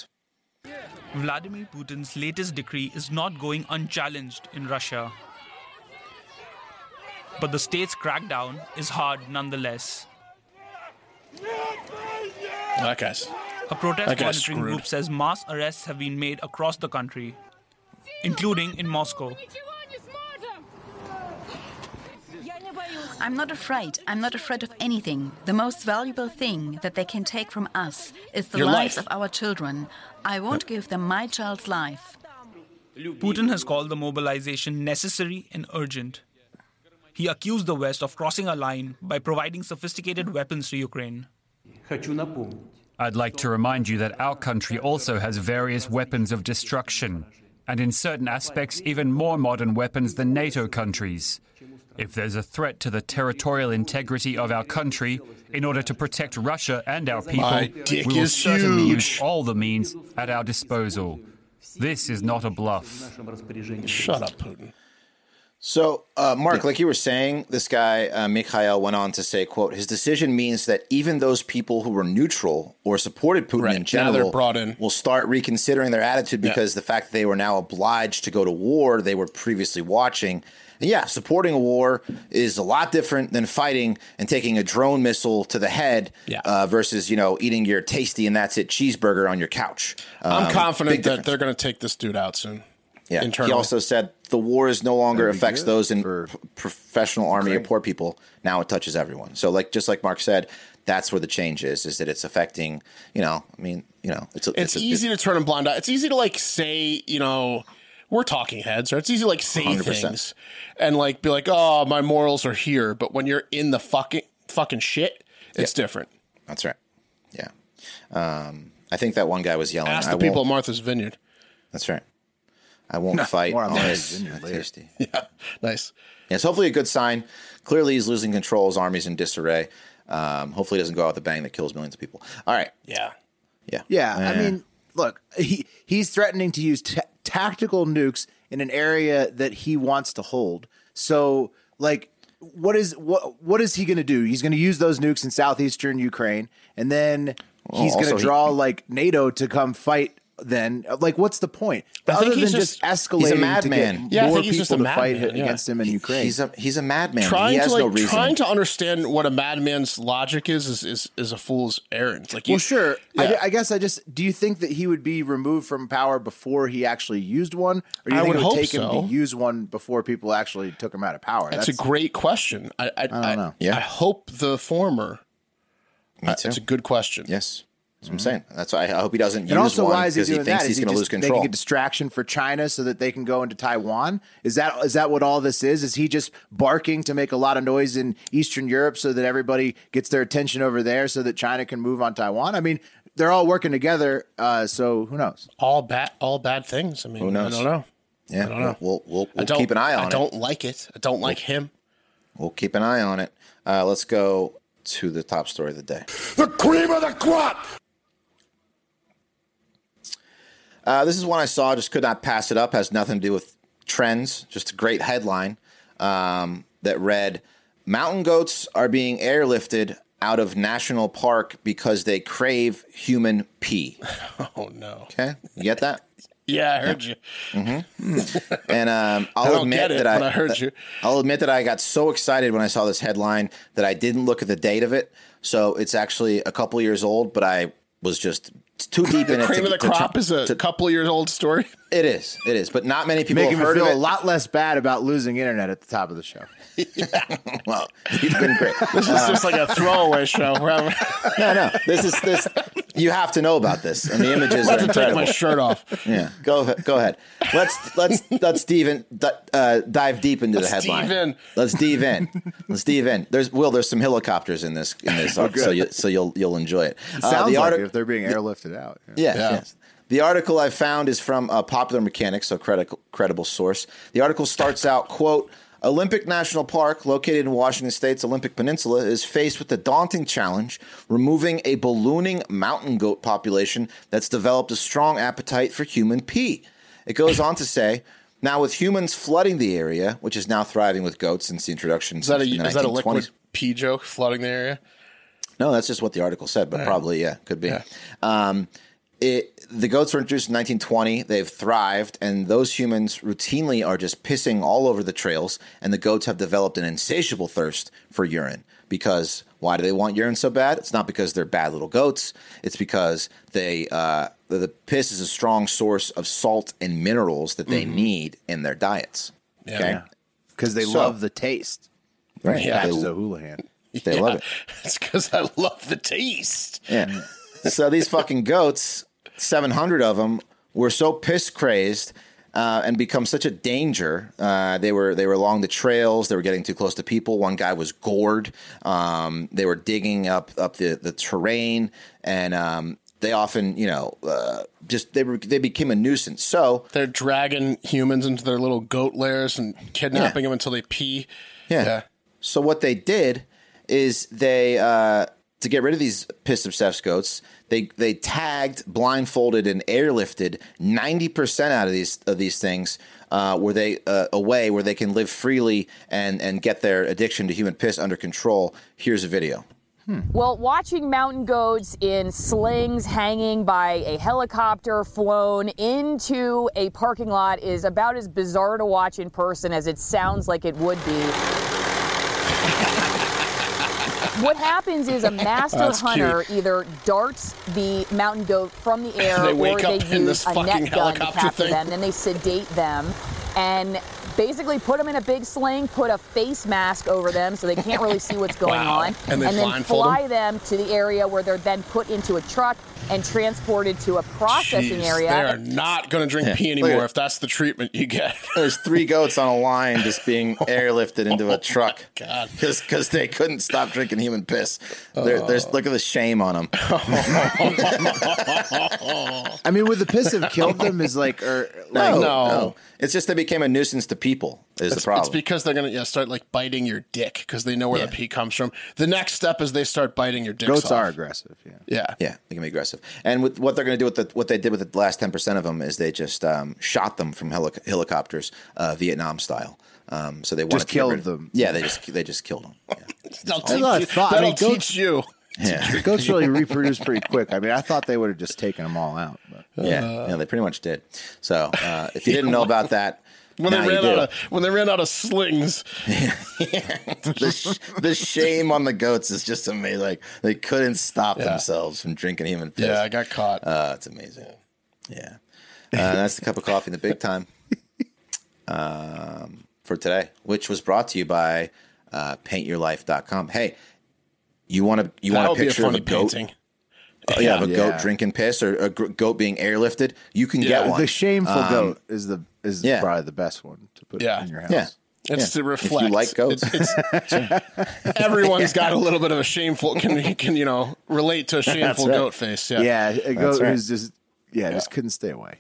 F: Vladimir Putin's latest decree is not going unchallenged in Russia. But the state's crackdown is hard nonetheless.
B: That guy's.
F: A protest
B: That guy's
F: monitoring
B: screwed.
F: group says mass arrests have been made across the country, including in Moscow.
G: I'm not afraid. I'm not afraid of anything. The most valuable thing that they can take from us is the
B: Your
G: lives
B: life.
G: of our children. I won't give them my child's life.
F: Putin has called the mobilization necessary and urgent. He accused the West of crossing a line by providing sophisticated weapons to Ukraine.
H: I'd like to remind you that our country also has various weapons of destruction, and in certain aspects, even more modern weapons than NATO countries. If there's a threat to the territorial integrity of our country, in order to protect Russia and our people,
B: My dick
H: we will
B: is
H: certainly
B: huge.
H: use all the means at our disposal. This is not a bluff.
B: Shut up, Putin.
A: So, uh, Mark, like you were saying, this guy uh, Mikhail went on to say, "quote His decision means that even those people who were neutral or supported Putin
B: Right.
A: in
B: Now they're
A: general
B: brought in.
A: will start reconsidering their attitude because the fact that they were now obliged to go to war they were previously watching. And yeah, supporting a war is a lot different than fighting and taking a drone missile to the head
B: Yeah.
A: uh, versus you know eating your tasty and that's it cheeseburger on your couch.
B: I'm
A: Um,
B: confident
A: big
B: that
A: difference.
B: they're going to take this dude out soon.
A: Yeah.
B: Internally.
A: He also said the war is no longer
D: That'd be
A: affects
D: good
A: those in
D: for-
A: p- professional army or poor people. Now it touches everyone. So like just like Mark said, that's where the change is. Is that it's affecting? You know, I mean, you know, it's a,
B: it's,
A: a-
B: easy to turn a blind eye. It's easy to like say, you know, we're talking heads, or it's easy to like say
A: 100%.
B: things and like be like, oh, my morals are here. But when you're in the fucking fucking shit, it's different.
A: that's right. Yeah. Um, I think that one guy was yelling.
B: Ask
A: Oh, I
B: the people at
A: won't-
B: Martha's Vineyard.
A: That's right. I won't fight
D: more on
A: on
D: that
A: this.
D: vineyard later.
A: tasty.
B: Nice.
A: Yeah, it's hopefully a good sign. Clearly, he's losing control. His army's in disarray. Um, hopefully, he doesn't go out with a bang that kills millions of people. All right.
B: Yeah.
A: Yeah.
D: Yeah, I
A: Eh.
D: mean, look, he he's threatening to use ta tactical nukes in an area that he wants to hold. So, like, what is what what is he going to do? He's going to use those nukes in southeastern Ukraine, and then he's going
A: also
D: to
A: he-
D: draw like NATO to come fight. Then, like, what's the point?
B: I think
D: Other than
B: he's
D: just,
B: just-
D: escalating
A: he's a
D: to
A: madman.
D: get
B: Yeah, I
D: more
B: think he's
D: people
B: just a
D: to fight
B: madman, yeah.
D: against him in Ukraine.
A: He's a he's a madman. he
B: Trying
A: has
B: to like
A: no reason.
B: trying to understand what a madman's logic is is is, is a fool's errand. Like, you,
D: Well, sure.
B: Yeah.
D: I, I guess I just do you think that he would be removed from power before he actually used one, or do you
B: I
D: think
B: would
D: it
B: hope
D: would take him
B: so.
D: to use one before people actually took him out of power?
B: That's, a great question. I I, I don't
D: know.
A: Yeah.
B: I hope the former.
A: Me
B: It's a good question.
A: yes, that's
B: Mm-hmm.
A: what I'm saying. That's why I hope he doesn't.
D: and
A: use
D: also,
A: one
D: why is he
A: 'cause
D: doing
A: thinks
D: that?
A: He's
D: Is he
A: going to
D: just
A: lose
D: making
A: control.
D: a distraction for China so that they can go into Taiwan? Is that is that what all this is? Is he just barking to make a lot of noise in Eastern Europe so that everybody gets their attention over there so that China can move on Taiwan? I mean, they're all working together, uh, so who knows?
B: All bad all bad things. I mean,
A: knows?
B: I don't know.
A: yeah,
B: I don't know.
A: We'll we'll,
B: I
A: we'll
B: don't-
A: keep an eye on
B: I
A: it.
B: don't like it. I don't like him.
A: We'll keep an eye on it. Uh, let's go to the top story of the day.
C: The cream of the crop!
A: Uh, this is one I saw, just could not pass it up. Has nothing to do with trends, just a great headline um, that read Mountain goats are being airlifted out of national park because they crave human pee.
B: Oh no.
A: Okay, you get that?
B: Yeah, I heard you.
A: And um, I'll
B: don't
A: admit
B: get it,
A: that I, uh,
B: but I heard you.
A: I'll admit that I got so excited when I saw this headline that I didn't look at the date of it. So it's actually a couple years old, but I was just too deep in it.
B: Cream
A: to-
B: of the
A: to-
B: crop
A: to-
B: is a
A: to-
B: couple years old story.
A: it is. It is. But not many people
D: Making
A: have
D: me
A: heard of
D: feel a
A: it.
D: lot less bad about losing internet at the top of the show.
A: Well, you've been great.
B: This is just like a throwaway show. Where I'm
A: no, no. This is this. You have to know about this, and the images are
B: about to take
A: incredible.
B: my shirt off.
A: Yeah, go go ahead. Let's let's let's dive in, d- uh, dive deep into the
B: Let's
A: headline.
B: dive in.
A: Let's dive in. Let's dive in. There's Will. There's some helicopters in this in this, so you so you'll you'll enjoy it. Uh,
D: Sounds
A: the
D: like
A: artic-
D: it if they're being airlifted out. Yeah.
A: Yes,
B: Yeah.
A: yes. The article I found is from a popular mechanic, so credible, credible source. The article starts out, quote, Olympic National Park, located in Washington State's Olympic Peninsula, is faced with the daunting challenge removing a ballooning mountain goat population that's developed a strong appetite for human pee. It goes on to say, now with humans flooding the area, which is now thriving with goats since the introduction
B: Is that a
A: since the
B: is that a
A: 1920s.
B: liquid pee joke flooding the area?
A: No, that's just what the article said, but probably yeah, could be. Um, it, the goats were introduced in 1920. They've thrived, and those humans routinely are just pissing all over the trails. And the goats have developed an insatiable thirst for urine because why do they want urine so bad? It's not because they're bad little goats. It's because they uh, the, the piss is a strong source of salt and minerals that they need in their diets. okay,
D: because they
A: So-
D: love the taste.
A: right?
B: Yeah.
D: Patches
A: They-
D: O'Houlihan.
A: they love it.
B: It's because I love the taste.
A: Yeah. so these fucking goats, 700 of them, were so piss crazed uh, and become such a danger. Uh, they were they were along the trails. They were getting too close to people. One guy was gored. Um, they were digging up up the, the terrain, and um, they often you know uh, just they were, they became a nuisance. So
B: They're dragging humans into their little goat lairs and kidnapping them until they pee.
A: Yeah.
B: Yeah.
A: So what they did is they uh, to get rid of these piss obsessed goats, they they tagged, blindfolded, and airlifted ninety percent out of these of these things. Uh, where they uh, away where they can live freely and and get their addiction to human piss under control. Here's a video.
I: Well, watching mountain goats in slings hanging by a helicopter flown into a parking lot is about as bizarre to watch in person as it sounds like it would be. what happens is a master
B: That's cute.
I: hunter either darts the mountain goat from the air
B: They
I: or
B: wake
I: they
B: up in this
I: use a
B: fucking
I: net gun to
B: helicopter
I: capture
B: thing.
I: them. Then they sedate them and basically put them in a big sling, put a face mask over them so they can't really see what's going
B: Wow.
I: on,
B: And they
I: then
B: blindfold 'em?
I: fly them to the area where they're then put into a truck and transported to a processing
B: Jeez,
I: area.
B: They are not going to drink pee
A: Look
B: anymore
A: at-
B: if that's the treatment you get.
A: There's three goats on a line just being airlifted into a truck
B: Oh God.
A: because they couldn't stop drinking human piss. There- There's
B: Oh.
A: look at the shame on them.
D: I mean, would the piss have killed them? Is like or like
A: No,
B: No.
A: no, It's just they became a nuisance to people. Is the
B: It's
A: problem?
B: because they're going to yeah, start like biting your dick because they know where the pee comes from. The next step is they start biting your dick.
D: goats are aggressive. Yeah.
B: Yeah.
A: yeah, they can be aggressive. And with what they're going to do with the what they did with the last ten percent of them is they just um, shot them from helic helicopters, uh, Vietnam style. Um, so they wanted to get
D: killed
A: rid of-
D: them.
A: Yeah, they just they just killed them. Yeah.
D: a
B: That'll
D: lot
B: teach
D: of
B: you.
D: thought. I
B: That'll
D: mean, goats-
B: teach you.
A: Yeah,
D: Goats really reproduce pretty quick. I mean, I thought they would have just taken them all out. But.
B: Uh.
A: yeah, yeah, they pretty much did. So uh, if you didn't know about that,
B: When
A: now
B: they
A: you
B: ran
A: do.
B: out of when they ran out of slings,
A: the, sh- the shame on the goats is just amazing. Like they couldn't stop themselves from drinking human piss.
B: yeah, I got caught.
A: Uh, it's amazing. Yeah. Uh, that's the cup of coffee in the big time um, for today, which was brought to you by uh, paintyourlife.com. Hey, you want to you
B: that
A: want a
B: would be a
A: picture of
B: funny
A: a goat?
B: painting.
A: Oh, yeah, of a
D: Yeah.
A: goat drinking piss or a gr- goat being airlifted. You can
B: Yeah.
A: get one.
D: The shameful goat is the is
A: Um, yeah.
D: probably the best one to put
B: Yeah.
D: in your house.
A: Yeah.
B: It's to reflect.
A: like goats.
B: It's, it's- everyone's got a little bit of a shameful can can you know relate to a shameful
A: right.
B: goat face. Yeah.
D: Yeah, a goat
A: right.
D: who's just yeah, just couldn't stay away.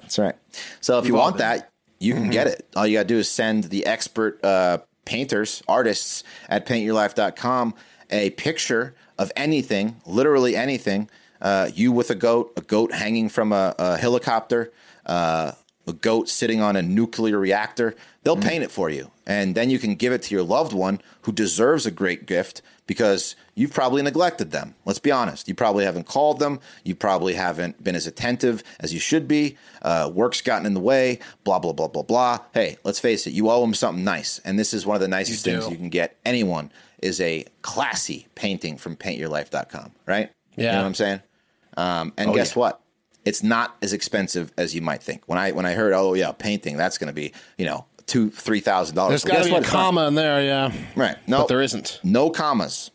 A: That's right. So if you want that, you can get it. All you got to do is send the expert uh, painters, artists at paintyourlife.com a picture of anything, literally anything. Uh, you with a goat, a goat hanging from a, a helicopter, uh, a goat sitting on a nuclear reactor. They'll
B: Mm-hmm.
A: paint it for you. And then you can give it to your loved one who deserves a great gift because you've probably neglected them. Let's be honest. You probably haven't called them. You probably haven't been as attentive as you should be. Uh, work's gotten in the way, blah, blah, blah, blah, blah. Hey, let's face it, you owe them something nice. And this is one of the nicest
B: You do.
A: things you can get anyone is a classy painting from paintyourlife.com, right? You
B: Yeah.
A: know what I'm saying? Um,
B: Oh,
A: and guess what? It's not as expensive as you might think. When I when I heard, oh yeah, painting, that's going to be you know two three thousand dollars.
B: There's got to be a comma in there. Yeah.
A: Right. No,
B: But there isn't.
A: No commas.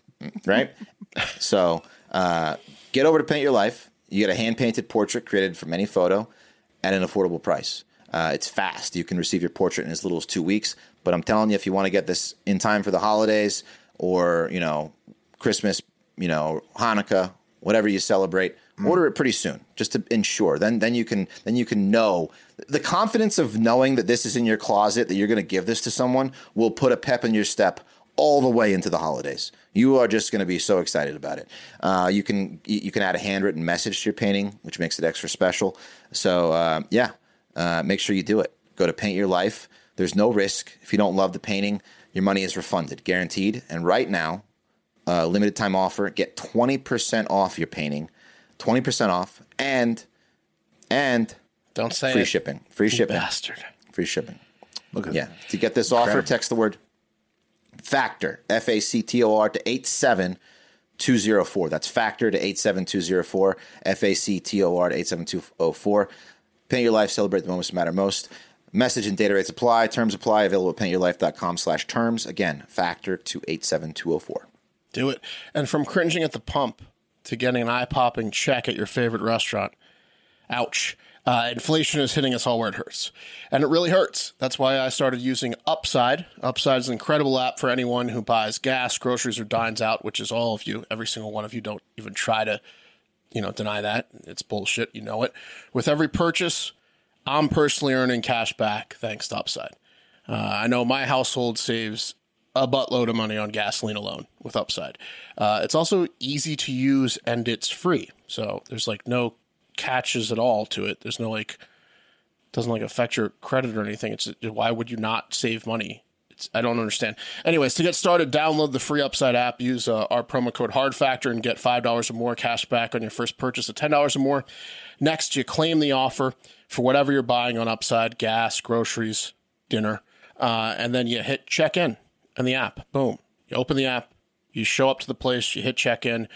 A: Right. so uh, get over to Paint Your Life. You get a hand painted portrait created from any photo at an affordable price. Uh, it's fast. You can receive your portrait in as little as two weeks. But I'm telling you, if you want to get this in time for the holidays or you know Christmas, you know Hanukkah, whatever you celebrate,
B: Hmm.
A: order it pretty soon just to ensure. Then then you can then you can know the confidence of knowing that this is in your closet that you're going to give this to someone will put a pep in your step all the way into the holidays. You are just going to be so excited about it. Uh, you can you you can add a handwritten message to your painting, which makes it extra special. So uh, yeah, uh, make sure you do it. Go to Paint Your Life. There's no risk. If you don't love the painting, your money is refunded, guaranteed. And right now, uh, limited time offer, get 20% off your painting twenty percent off, and and
B: Don't say
A: free
B: it,
A: shipping. Free
B: you
A: shipping.
B: bastard.
A: Free shipping.
D: Look at
A: Yeah. To get this offer, text the word Factor F A C T O R to eight seven two zero four. That's Factor to eight seven two zero four. F A C T O R to eight seven two zero four. Paint your life. Celebrate the moments that matter most. Message and data rates apply. Terms apply. Available at paintyourlife.com slash terms. Again, factor to 87204.
B: Do it. And from cringing at the pump to getting an eye popping check at your favorite restaurant. Ouch. Uh, inflation is hitting us all where it hurts. And it really hurts. That's why I started using Upside. Upside is an incredible app for anyone who buys gas, groceries, or dines out, which is all of you. Every single one of you don't even try to, you know, deny that. It's bullshit. You know it. With every purchase, I'm personally earning cash back thanks to Upside. Uh, I know my household saves a buttload of money on gasoline alone with Upside. Uh, it's also easy to use and it's free. So there's like no catches at all to it. There's no like doesn't like affect your credit or anything. It's why would you not save money? It's, I don't understand. Anyways, to get started, download the free Upside app. Use uh, our promo code HardFactor and get five dollars or more cash back on your first purchase of ten dollars or more. Next, you claim the offer for whatever you're buying on Upside: gas, groceries, dinner, uh, and then you hit check in in the app. Boom! You open the app, you show up to the place, you hit check in,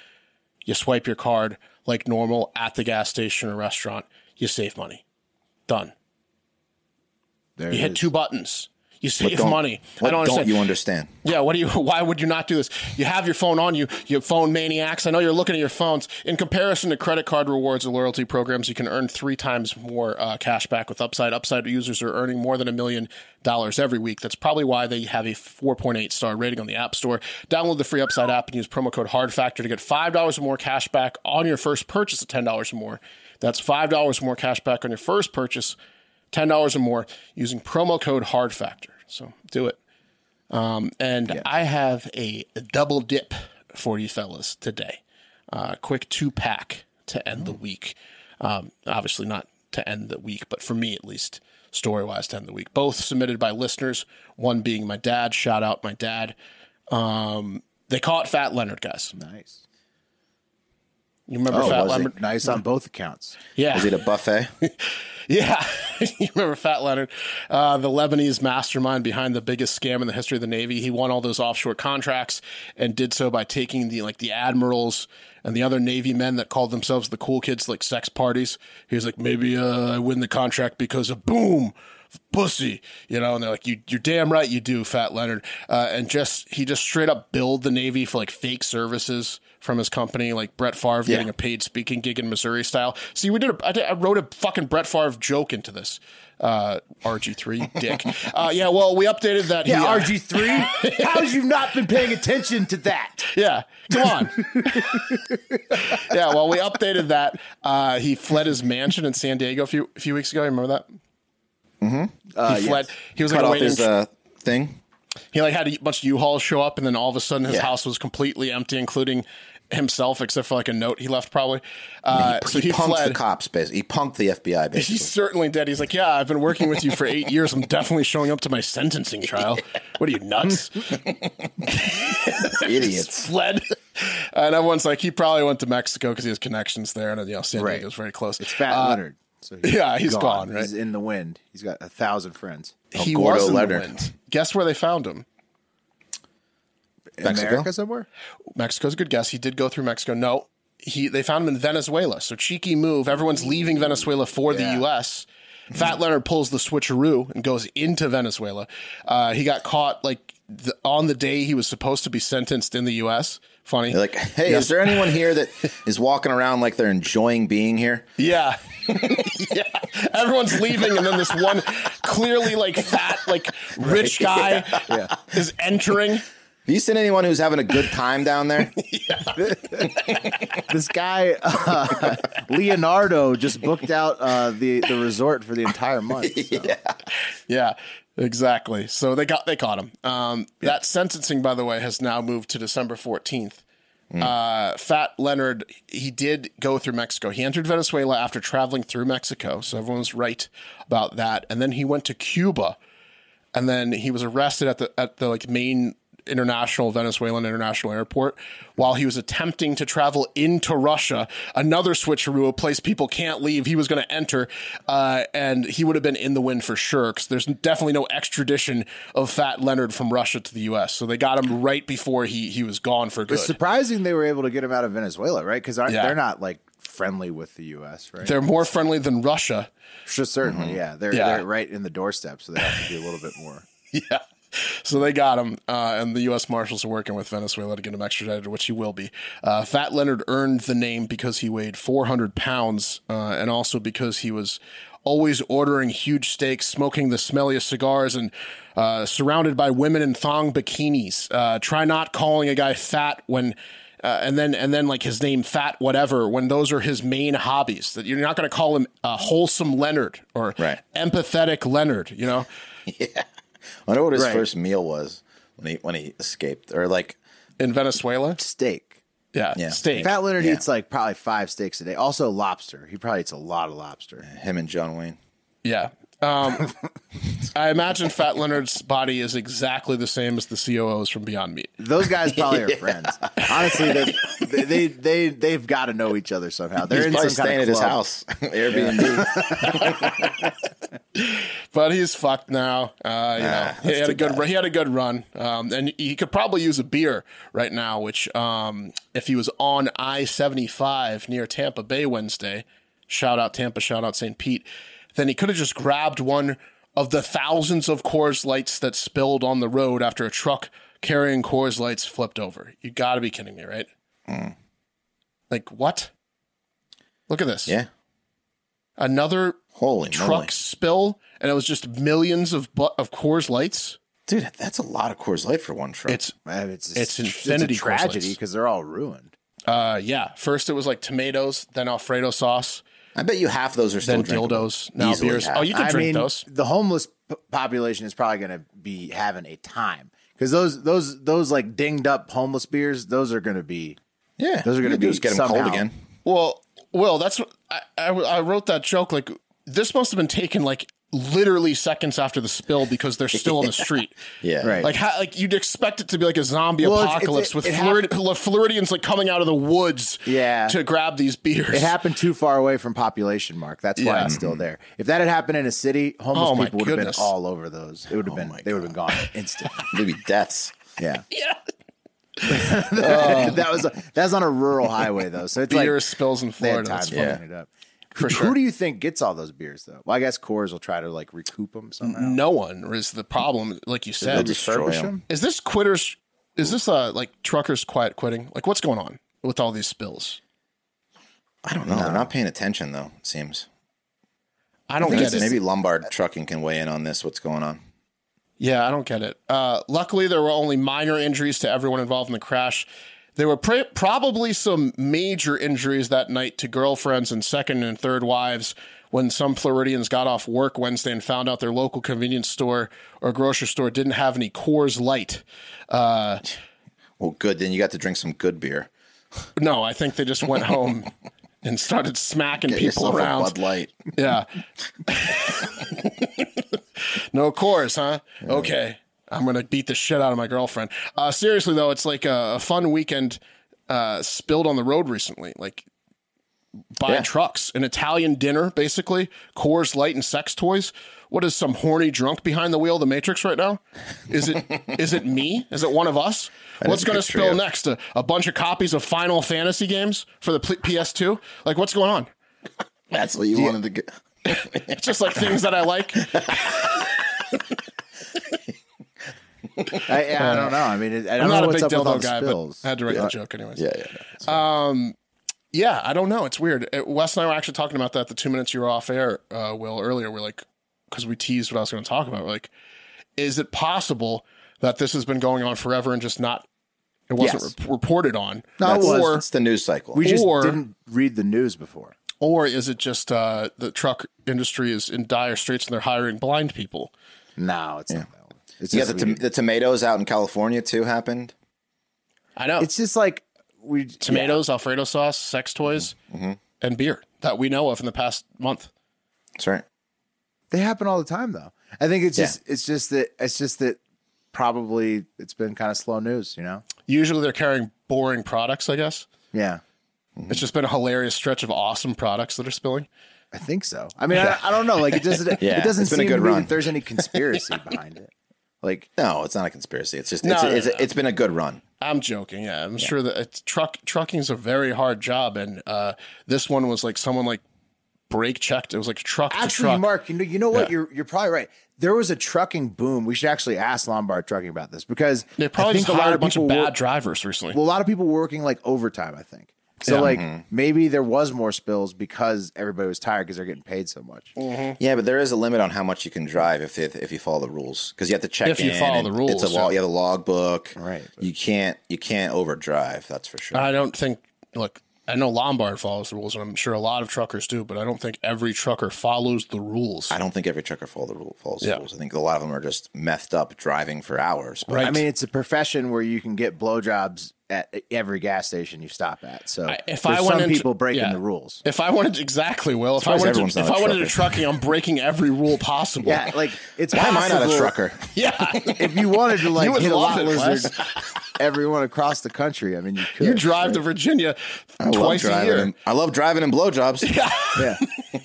B: you swipe your card like normal at the gas station or restaurant. You save money. Done.
D: There
B: You
D: it
B: hit
D: is.
B: two buttons. You
A: What
B: save
A: don't-
B: money.
A: What
B: I don't
A: don't
B: understand.
A: you understand?
B: yeah, what do you? Why would you not do this? You have your phone on you. You phone maniacs. I know you're looking at your phones. In comparison to credit card rewards or loyalty programs, you can earn three times more uh, cash back with Upside. Upside users are earning more than a million dollars every week. That's probably why they have a 4.8 star rating on the App Store. Download the free Upside app and use promo code HardFactor to get five dollars or more cash back on your first purchase of ten dollars or more. That's five dollars or more cash back on your first purchase ten dollars or more using promo code Hard Factor. So do it. Um, and I have a double dip for you fellas today. Uh, quick two pack to end
A: Mm.
B: the week. Um, obviously not to end the week, but for me at least, story wise to end the week. Both submitted by listeners. One being my dad. Shout out my dad. Um, they caught Fat Leonard, guys.
D: Nice.
B: You remember
A: Oh,
B: Fat
A: was he?
B: Leonard?
D: Nice on both accounts.
B: Yeah.
A: Is it a buffet?
B: Yeah, you remember Fat Leonard, uh, the Lebanese mastermind behind the biggest scam in the history of the Navy. He won all those offshore contracts and did so by taking the like the admirals and the other Navy men that called themselves the cool kids, like sex parties. He was like, maybe uh, I win the contract because of boom pussy, you know, and they're like, you, you're damn right you do, Fat Leonard. Uh, and just, he just straight up billed the Navy for like fake services from his company, like Brett Favre getting a paid speaking gig in Missouri style. See, we did, a, I, did I wrote a fucking Brett Favre joke into this. Uh, RG3 dick. uh, yeah, well, we updated that.
D: Yeah,
B: he, uh,
D: RG three. How's you not been paying attention to that?
B: yeah, come on. yeah, well, we updated that. Uh, he fled his mansion in San Diego a few, a few weeks ago. You remember that? Mm-hmm. he fled. He was
A: Uh, Cut
B: like
A: off
B: waiting.
A: his uh, thing.
B: he like had a bunch of U-Hauls show up, and then all of a sudden his
A: Yeah.
B: house was completely empty, including himself, except for like a note he left probably. Uh, so he,
A: he punked
B: fled.
A: the cops, basically. He punked the FBI,
B: He
A: basically.
B: certainly did. He's like, yeah, I've been working with you for eight years. I'm definitely showing up to my sentencing trial. What are you nuts?
A: Idiots.
B: fled, and everyone's like, he probably went to Mexico because he has connections there, and you know, San Diego's very close. Uh,
D: It's Fat Leonard. So
B: yeah, he's gone, right?
D: Uh, He's in the wind. He's got a thousand friends.
B: he
A: Gordo
B: was in the
A: Leonard.
B: wind. Guess where they found him?
D: In
A: Mexico?
D: America somewhere.
B: Mexico's a good guess. He did go through Mexico. No, he they found him in Venezuela. So cheeky move. Everyone's leaving Venezuela for the U.S. Fat Leonard pulls the switcheroo and goes into Venezuela. Uh, he got caught like the, on the day he was supposed to be sentenced in the U.S. Funny,
A: They're like, hey,
B: Yeah.
A: is there anyone here that is walking around like they're enjoying being here?
B: Yeah. yeah. Everyone's leaving, and then this one clearly like fat, like rich guy is entering.
A: Have you seen anyone who's having a good time down there?
D: This guy uh, Leonardo just booked out uh, the the resort for the entire month. so.
B: Yeah, exactly. So they got they caught him. Um, That sentencing, by the way, has now moved to December fourteenth. Uh, Fat Leonard, he did go through Mexico. He entered Venezuela after traveling through Mexico, so everyone's right about that. And then he went to Cuba, and then he was arrested at the at the like main international Venezuelan international airport while he was attempting to travel into Russia. Another switcheroo, a place people can't leave. He was going to enter, uh, and he would have been in the wind for sure because there's definitely no extradition of Fat Leonard from Russia to the U.S. So they got him right before he he was gone for good.
D: It's surprising they were able to get him out of Venezuela, right? Because
B: Yeah.
D: they're not like friendly with the U.S., right?
B: They're more friendly than Russia.
D: Sure, certainly, Mm-hmm. yeah. They're
B: Yeah.
D: they're right in the doorstep, so they have to do a little bit more.
B: yeah. So they got him, uh, and the U.S. Marshals are working with Venezuela to get him extradited, which he will be. Uh, Fat Leonard earned the name because he weighed 400 pounds, uh, and also because he was always ordering huge steaks, smoking the smelliest cigars, and uh, surrounded by women in thong bikinis. Uh, try not calling a guy fat when uh, and then and then like his name fat whatever when those are his main hobbies that you're not going to call him uh, wholesome leonard or
A: Right.
B: empathetic leonard you know
A: I wonder what his
D: Right.
A: first meal was when he when he escaped, or like
B: in venezuela
D: Steak.
B: yeah,
A: Yeah.
B: steak
D: Fat Leonard
A: Yeah.
D: eats like probably five steaks a day. Also lobster. He probably eats a lot of lobster.
A: him and John Wayne.
B: yeah um, i imagine fat leonard's body is exactly the same as the coos from beyond meat
D: Those guys probably are friends. Honestly, they they they, they they've got to know each other somehow. They're
A: He's
D: in
A: probably
D: some kind
A: staying
D: of
A: at his
D: club.
A: house, Airbnb.
B: but he's fucked now uh, you know he had a good he had a good run um, and he could probably use a beer right now which um, if he was on i-75 near tampa bay wednesday shout out tampa shout out st pete then he could have just grabbed one of the thousands of Coors Lights that spilled on the road after a truck carrying Coors Lights flipped over. You got to be kidding me, right? Like what? Look at this.
A: Yeah.
B: Another
A: Holy
B: truck
A: moly.
B: spill, and it was just millions of bu- of Coors Lights.
A: Dude, that's a lot of Coors Light for one truck.
B: It's
D: Man, it's
B: It's
D: a,
B: infinity
D: It's a tragedy
B: correlates.
D: because they're all ruined.
B: uh yeah. First it was like tomatoes, then Alfredo sauce,
A: I bet you half those are
B: then
A: still drinkable.
B: dildos, now
A: Easily
B: beers.
A: half.
B: Oh, you can
D: I
B: drink
D: mean,
B: those.
D: the homeless p- population is probably going to be having a time because those those those like dinged up homeless beers. Those are going to be
A: yeah,
D: those are
A: All you
D: gonna
A: do
D: be
A: is get 'em
D: somehow-
A: cold again.
B: Well, well, that's what I, I, I wrote that joke. Like this must have been taken like literally seconds after the spill because they're still on the street.
A: Yeah,
D: Right.
B: Like how, like you'd expect it to be like a zombie
D: Well, it's- it's-
B: apocalypse
D: it-
B: with
D: it
B: Florid- Floridians like coming out of the woods
D: Yeah.
B: to grab these beers.
D: It happened too far away from population mark. That's why
B: Yeah.
D: it's still there. If that had happened in a city, homeless
B: Oh, my
D: people would have been
B: goodness.
D: all over those. It would have been they would have been gone instantly.
A: Maybe deaths.
D: Yeah,
B: Yeah.
D: that was that's on a rural highway though, so it's
B: Beer
D: like
B: spills in
D: they had
B: Florida.
D: time
B: That's
D: to
B: funny.
D: clean it up. Who do you think gets all those beers though? Well, I guess Coors will try to like recoup them somehow.
B: No one is the problem, like you
A: They'll
B: said.
A: destroy 'em.
B: Is this quitters? Is this uh, like truckers quiet quitting? Like what's going on with all these spills?
A: I don't know. They're not paying attention though. It seems.
B: I don't
A: Maybe-
B: get it.
A: Maybe Lombard Trucking can weigh in on this. What's going on?
B: Yeah, I don't get it. Uh, luckily, there were only minor injuries to everyone involved in the crash. There were pr- probably some major injuries that night to girlfriends and second and third wives when some Floridians got off work Wednesday and found out their local convenience store or grocery store didn't have any Coors Light. Uh,
A: Well, good. Then you got to drink some good beer.
B: no, I think they just went home and started smacking
A: Get
B: people
A: yourself
B: around.
A: a Bud Light.
B: Yeah. no course, huh? Okay. I'm going to beat the shit out of my girlfriend. Uh, seriously, though, it's like a, a fun weekend uh, spilled on the road recently. Like, by
A: Yeah.
B: trucks, an Italian dinner, basically, Coors Light and sex toys. What is some horny drunk behind the wheel of the Matrix right now? Is it is it me? Is it one of us? What's
A: is a
B: going to
A: good
B: spill
A: trio.
B: next? A, a bunch of copies of Final Fantasy games for the pl- PS2? Like, what's going on?
A: That's what you wanted to get.
B: It's just like things that I like.
D: I, I don't know. I mean, it, I don't
B: I'm
D: know
B: not a
D: what's
B: big
D: up with all
B: dildo
D: the
B: guy,
D: spills.
B: but I had to write the joke anyways. Um,
A: Yeah, yeah.
B: Yeah, I don't know. It's weird. Uh, Wes and I were actually talking about that the two minutes you were off air, uh, Will, earlier. We're like, because we teased what I was going to talk about. We're like, is it possible that this has been going on forever and just not, it wasn't
A: Yes.
B: re- reported on?
D: No, it
A: That's,
D: was.
A: it's the news cycle.
D: we just
B: or-
D: didn't read the news before.
B: Or is it just uh, the truck industry is in dire straits and they're hiring blind people?
D: No, it's not that one. It's
A: you got
D: just
A: the,
D: we
A: tom- the tomatoes out in California too. Happened.
B: I know.
D: It's just like we
B: Tomatoes, Alfredo sauce, sex toys,
D: Mm-hmm.
B: and beer that we know of in the past month.
A: That's right.
D: They happen all the time though. I think it's
A: Yeah.
D: just it's just that it's just that probably it's been kind of slow news, you know?
B: Usually they're carrying boring products, I guess.
D: Yeah. Mm-hmm.
B: It's just been a hilarious stretch of awesome products that are spilling.
D: I think so. I mean, I, I don't know. Like it doesn't.
A: Yeah,
D: it doesn't
A: it's
D: seem
A: been a good
D: to me
A: run.
D: that there's any conspiracy behind it. Like
A: No, it's not a conspiracy. It's just
B: No,
A: it's,
B: no,
A: it's,
B: no.
A: it's been a good run.
B: I'm joking. Yeah, I'm sure that it's, truck trucking's a very hard job, and uh, this one was like someone like brake checked. It was like truck to
D: Actually,
B: truck.
D: Mark, you know, you know what?
B: Yeah.
D: You're you're probably right. There was a trucking boom. We should actually ask Lombard Trucking about this because
B: they
D: I
B: probably
D: think
B: just hired a bunch
D: people
B: of bad
D: wor-
B: drivers recently.
D: well, a lot of people were working like overtime. I think so.
B: Yeah.
D: Like maybe there was more spills because everybody was tired because they're getting paid so much.
B: Mm-hmm.
A: Yeah, but there is a limit on how much you can drive if if, if you follow the rules because you have to check
B: If you
A: in
B: follow
A: and
B: the rules,
A: It's a log.
B: yeah.
A: You have a logbook.
D: Right.
A: You can't you can't overdrive. That's for sure.
B: I don't think. Look, I know Lombard follows the rules, and I'm sure a lot of truckers do, but I don't think every trucker follows the rules.
A: I don't think every trucker follow the rule, follows
B: Yeah.
A: the rules. I think a lot of them are just methed up driving for hours. But
B: Right.
D: I mean, it's a profession where you can get blowjobs at every gas station you stop at. So
B: I- if
D: there's
B: I went
D: some
B: into-
D: people breaking
B: yeah.
D: the rules.
B: If I wanted to, exactly, Will. If I
A: why
B: wanted
A: everyone's
B: to,
A: not
B: if
A: a
B: I wanted to
A: trucker.
B: trucking, I'm breaking every rule possible.
D: Yeah, like it's
A: why am I not a
D: possible-
A: trucker?
B: yeah.
D: If you wanted to like
B: You would
D: hit a
B: love
D: lot
B: it,
D: lizard,
B: Wes.
D: everyone across the country. I mean, you could.
B: You drive to Virginia
A: I love
B: twice a
A: driving.
B: year.
A: And, I love driving and blowjobs.
D: Yeah.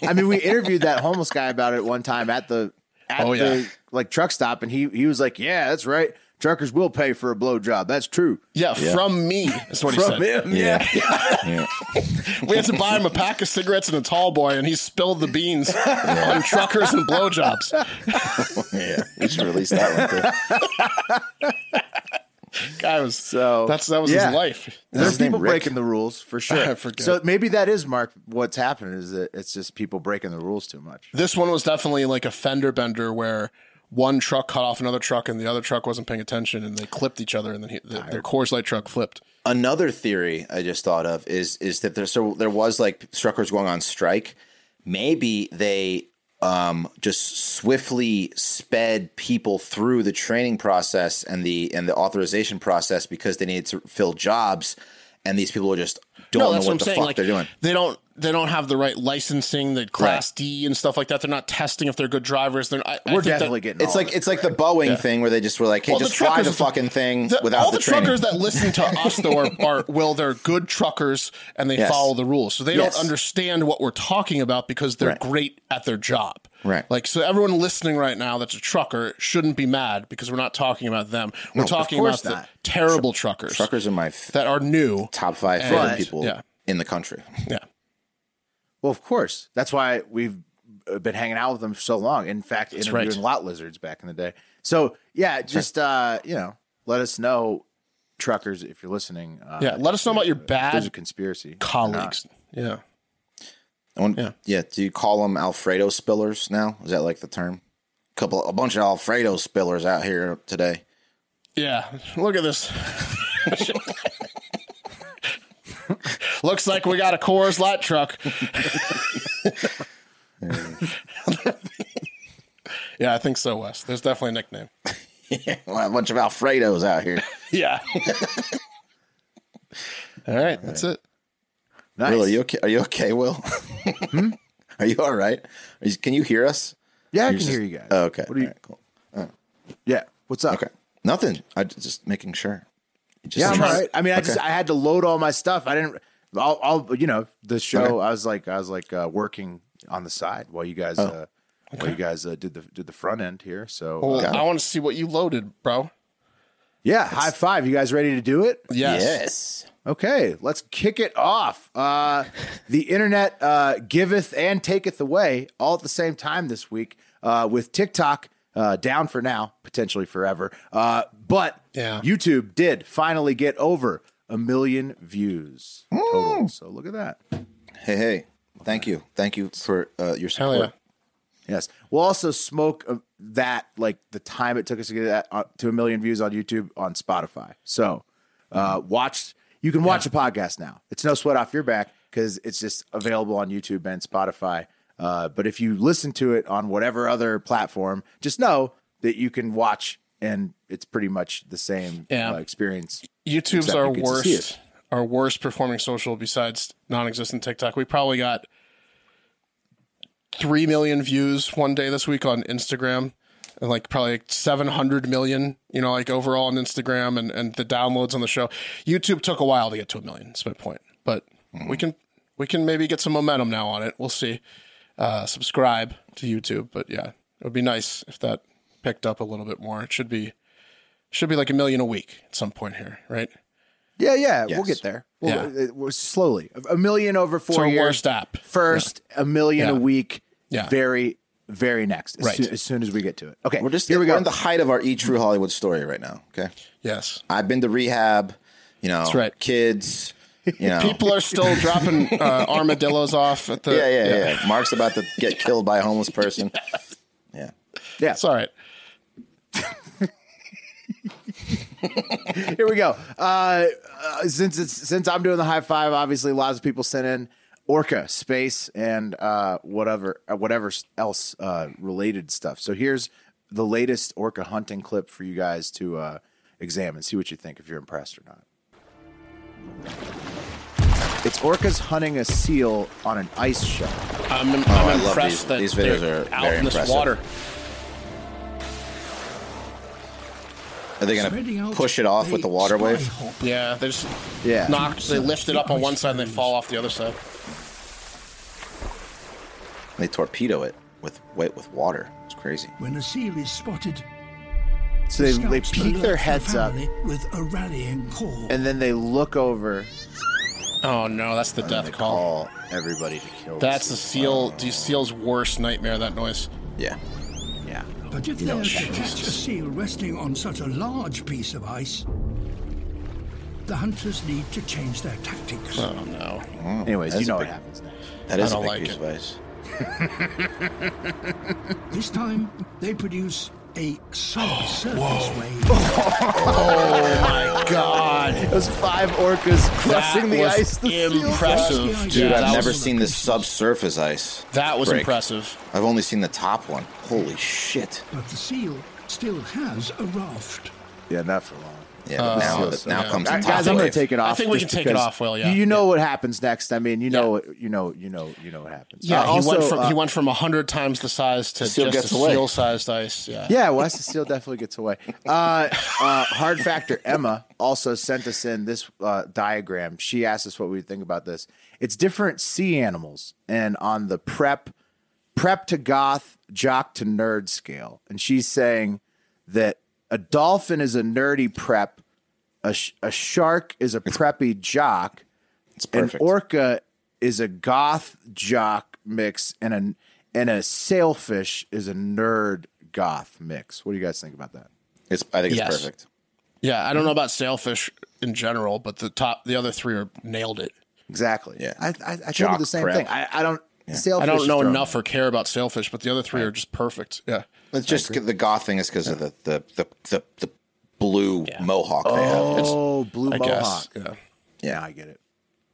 D: I mean, we interviewed that homeless guy about it one time at the at
B: Oh, yeah.
D: the like truck stop, and he he was like, "Yeah, that's right. Truckers will pay for a blowjob. That's true."
B: Yeah, from me. That's what he said.
D: From him, yeah.
B: We had to buy him a pack of cigarettes and a tall boy, and he spilled the beans on truckers and blowjobs.
A: yeah, we should release that one. Too.
B: Guy was
D: So
B: that's that was
D: yeah.
B: his life.
D: There's
A: his name
D: people
A: Rick?
D: breaking the rules for sure.
B: I forget.
D: So maybe that is Mark. What's happening is that it's just people breaking the rules too much.
B: This one was definitely like a fender bender where one truck cut off another truck and the other truck wasn't paying attention and they clipped each other and then he, the, their Coors Light truck flipped.
A: Another theory I just thought of is is that there so there was like truckers going on strike. Maybe they um just swiftly sped people through the training process and the and the authorization process because they needed to fill jobs and these people just don't know what, the fuck they're doing.
B: They don't they don't have the right licensing, the class D and stuff like that. They're not testing if they're good drivers. They're not, I,
D: We're definitely getting.
A: It's
D: all
A: like it's like the Boeing thing where they just were like, "Hey,
B: All
A: just fly the
B: is-
A: fucking thing
B: the-
A: without
B: all
A: the,
B: the,
A: training."
B: truckers that listen to us though are, are well they're good truckers and they
A: Yes.
B: follow the rules so they
A: Yes.
B: don't understand what we're talking about because they're
A: Right.
B: great at their job
A: Right.
B: like so everyone listening right now that's a trucker shouldn't be mad because we're not talking about them we're talking about
D: course
B: the
D: not.
B: terrible truckers
A: truckers are my f-
B: that are new
A: top five
B: And-
A: favorite
D: But-
A: people
B: yeah.
A: in the country.
B: yeah
D: Well, of course. That's why we've uh, been hanging out with them for so long. In fact, interviewing
B: right.
D: lot lizards back in the day. So yeah, just uh, you know, let us know, truckers, if you're listening. Uh,
B: yeah let us know about your
D: if there's a
B: bad
D: conspiracy.
B: colleagues yeah
A: I want, yeah. Do you call them Alfredo spillers now? Is that like the term? Couple, a bunch of Alfredo spillers out here today.
B: yeah look at this Looks like we got a Coors Light truck. yeah, I think so, Wes. There's definitely a nickname.
A: a bunch of Alfredos out here.
B: Yeah. All right, that's it.
D: Nice.
A: Will, are you okay? Are you okay, Will? Are you all right? Are you- can you hear us?
D: Yeah, I
A: You're
D: can hear
A: just-
D: you guys.
A: Oh, okay.
D: What are you-
A: All right, cool.
D: Yeah. What's up?
A: Okay. Nothing. I j- just making sure. Just
D: Yeah, I'm all
A: trying-
D: right. I mean, I just
A: Okay.
D: I had to load all my stuff. I didn't. I'll, I'll you know, the show. I was like, I was like uh, working on the side while you
A: Oh.
D: guys, uh, while you guys uh, did the did the front end here. So uh,
B: Well, I want to see what you loaded, bro.
D: yeah, high five. You guys ready to do it?
B: Yes.
A: Yes.
D: Okay, let's kick it off. Uh, the internet uh, giveth and taketh away all at the same time this week uh, with TikTok uh, down for now, potentially forever. Uh, but
B: Yeah.
D: YouTube did finally get over a million views total. So look at that.
A: Hey, hey. Thank you. Thank you for uh, your
B: Hell
A: support.
B: yeah.
D: Yes. We'll also smoke uh, that, like the time it took us to get that uh, to a million views on YouTube on Spotify. So uh, watch, you can watch the podcast now. It's no sweat off your back because it's just available on YouTube and Spotify. Uh, but if you listen to it on whatever other platform, just know that you can watch and it's pretty much the same
B: Yeah.
D: uh, experience.
B: YouTube's
D: Except
B: our
D: you get to see
B: worst, our worst performing social besides non-existent TikTok. We probably got three million views one day this week on Instagram, and like probably 700 million, you know, like overall on Instagram and, and the downloads on the show. YouTube took a while to get to a million. It's my point, but
D: Hmm.
B: we can we can maybe get some momentum now on it. We'll see. Uh, subscribe to YouTube, but yeah, it would be nice if that picked up a little bit more. It should be should be like a million a week at some point here, right?
D: Yeah, yeah, we'll
A: Yes.
D: get there. We'll,
B: Yeah.
D: uh, we're slowly a million over four
B: So
D: years.
B: worst app.
D: First, a million
B: Yeah.
D: a week.
B: Yeah.
D: very, very next. As,
B: Right.
D: soon, as soon as we get to it. Okay,
A: We're just
D: here. We go.
A: We're in the height of our E True Hollywood story right now. Okay,
B: Yes.
A: I've been to rehab. You know,
B: right.
A: kids. You know,
B: People are still dropping uh, armadillos off at the
A: yeah, yeah, yeah, Mark's about to get killed by a homeless person. Yeah.
D: yeah,
B: It's all right.
D: here we go. Uh, uh, since it's since I'm doing the high five, obviously lots of people sent in Orca space and uh, whatever uh, whatever else uh, related stuff. So here's the latest Orca hunting clip for you guys to uh, examine, see what you think if you're impressed or not. It's orcas hunting a seal on an ice shelf.
B: I'm, I'm
A: Oh, I love
B: impressed
A: these-
B: that
A: these videos
B: they're
A: are
B: out
A: very
B: in this
A: impressive.
B: water.
A: Are they gonna push it off with the water wave?
B: Yeah, they just
D: Yeah.
B: knock. They lift it up on one side and they fall off the other side.
A: They torpedo it with wait with water. It's crazy.
J: When a seal is spotted,
D: So they, they
J: scouts
D: peek
J: alert
D: their
J: the
D: heads up
J: family with a rallying call.
D: and then they look over.
B: Oh no, that's the death
A: They
B: call.
A: call uh, everybody to kill.
B: That's the
A: the
B: seal. The seal's worst nightmare. That noise.
A: Yeah.
D: Yeah.
J: but if they are to catch a seal resting on such a large piece of ice, the hunters need to change their tactics.
B: Oh no.
D: Anyways, you
A: that's a
D: know what
A: big-
D: happens next.
A: That is a
B: don't
A: big
B: like
A: piece
B: it.
A: of ice.
J: This time, they produce a subsurface wave.
B: God,
D: It was five orcas crossing the ice. The seal-
B: impressive,
J: Dude,
A: Dude,
B: Yeah,
A: I've
B: that
A: never
B: was-
A: seen this subsurface ice.
B: That was
A: break.
B: impressive.
A: I've only seen the top one. Holy shit!
J: But the seal still has a raft.
D: Yeah, not for long.
A: Yeah,
B: Oh,
A: but now,
B: seals,
A: now
B: yeah.
A: comes the
D: Guys,
A: top
D: I'm going
A: wave.
D: to take it
B: I
D: off.
B: think we
D: just
B: can take it
D: because
B: off, Will, yeah.
D: you- You know what happens next. I mean, you know, what you know, you know, you know what happens.
B: Yeah,
D: Uh,
B: he
D: also,
B: went from
D: uh,
B: he went from hundred times the size to
A: seal
B: just
A: gets
B: a
A: away.
B: seal-sized ice. Yeah.
D: Yeah, well, that's the seal definitely gets away. Uh, uh, hard factor Emma also sent us in this uh, diagram. She asked us what we think about this. It's different sea animals, and on the prep, prep to goth, jock to nerd scale. And she's saying that a dolphin is a nerdy prep, a, sh- a shark is a preppy jock,
A: It's
D: an
A: perfect.
D: orca is a goth jock mix, and a and a sailfish is a nerd goth mix. What do you guys think about that?
A: it's, I think it's
B: Yes.
A: perfect.
B: Yeah, I
D: Hmm.
B: don't know about sailfish in general, but the top, the other three are nailed it.
D: Exactly.
A: Yeah.
D: I I, I told you
A: Jock
D: the same
A: prep.
D: thing. I, I don't. Sailfish.
B: I don't
D: is
B: know
D: thrown
B: enough or care about sailfish, but the other three are just perfect. Yeah.
A: It's just the goth thing is because of the the, the the the blue mohawk they have.
D: in.
A: It's,
D: Oh, blue
B: I
D: mohawk.
B: guess. Yeah.
D: Yeah, I get it.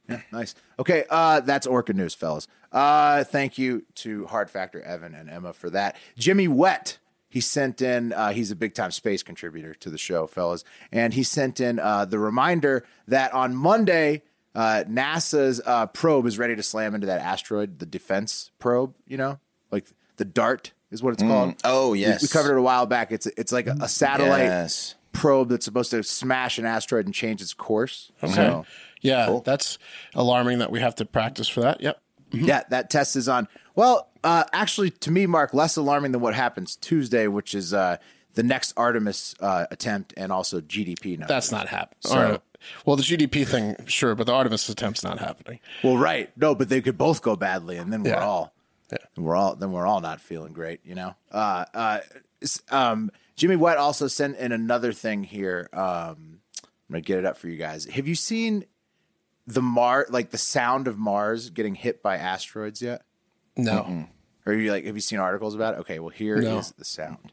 D: Yeah, nice. Okay, uh, that's Orca News, fellas. Uh, thank you to Hard Factor Evan and Emma for that. Jimmy Wet, he sent in, uh, he's a big time space contributor to the show, fellas. And he sent in uh, the reminder that on Monday, uh, NASA's uh, probe is ready to slam into that asteroid, the defense probe, you know, like the DART is what it's called.
A: oh,
D: We-
A: yes.
D: We, covered it a while back. It's, it's like a, a satellite
A: yes.
D: probe that's supposed to smash an asteroid and change its course. So-
B: Yeah, that's alarming that we have to practice for that. Yep.
D: Yeah, that test is on. Well, uh, actually, to me, Mark, less alarming than what happens Tuesday, which is uh, the next Artemis uh, attempt and also GDP. Numbers.
B: That's not happening.
D: So-
B: Well, the GDP thing, sure, but the Artemis attempt's not happening.
D: well, right. No, but they could both go badly, and then we're
B: Yeah.
D: all we're all then we're all not feeling great, you know. Uh, uh, s- um, Jimmy Wet also sent in another thing here. Um, I'm gonna get it up for you guys. Have you seen the Mar like the sound of Mars getting hit by asteroids yet?
B: No.
D: Or you like have you seen articles about it? Okay, well here is
B: No.
D: the sound.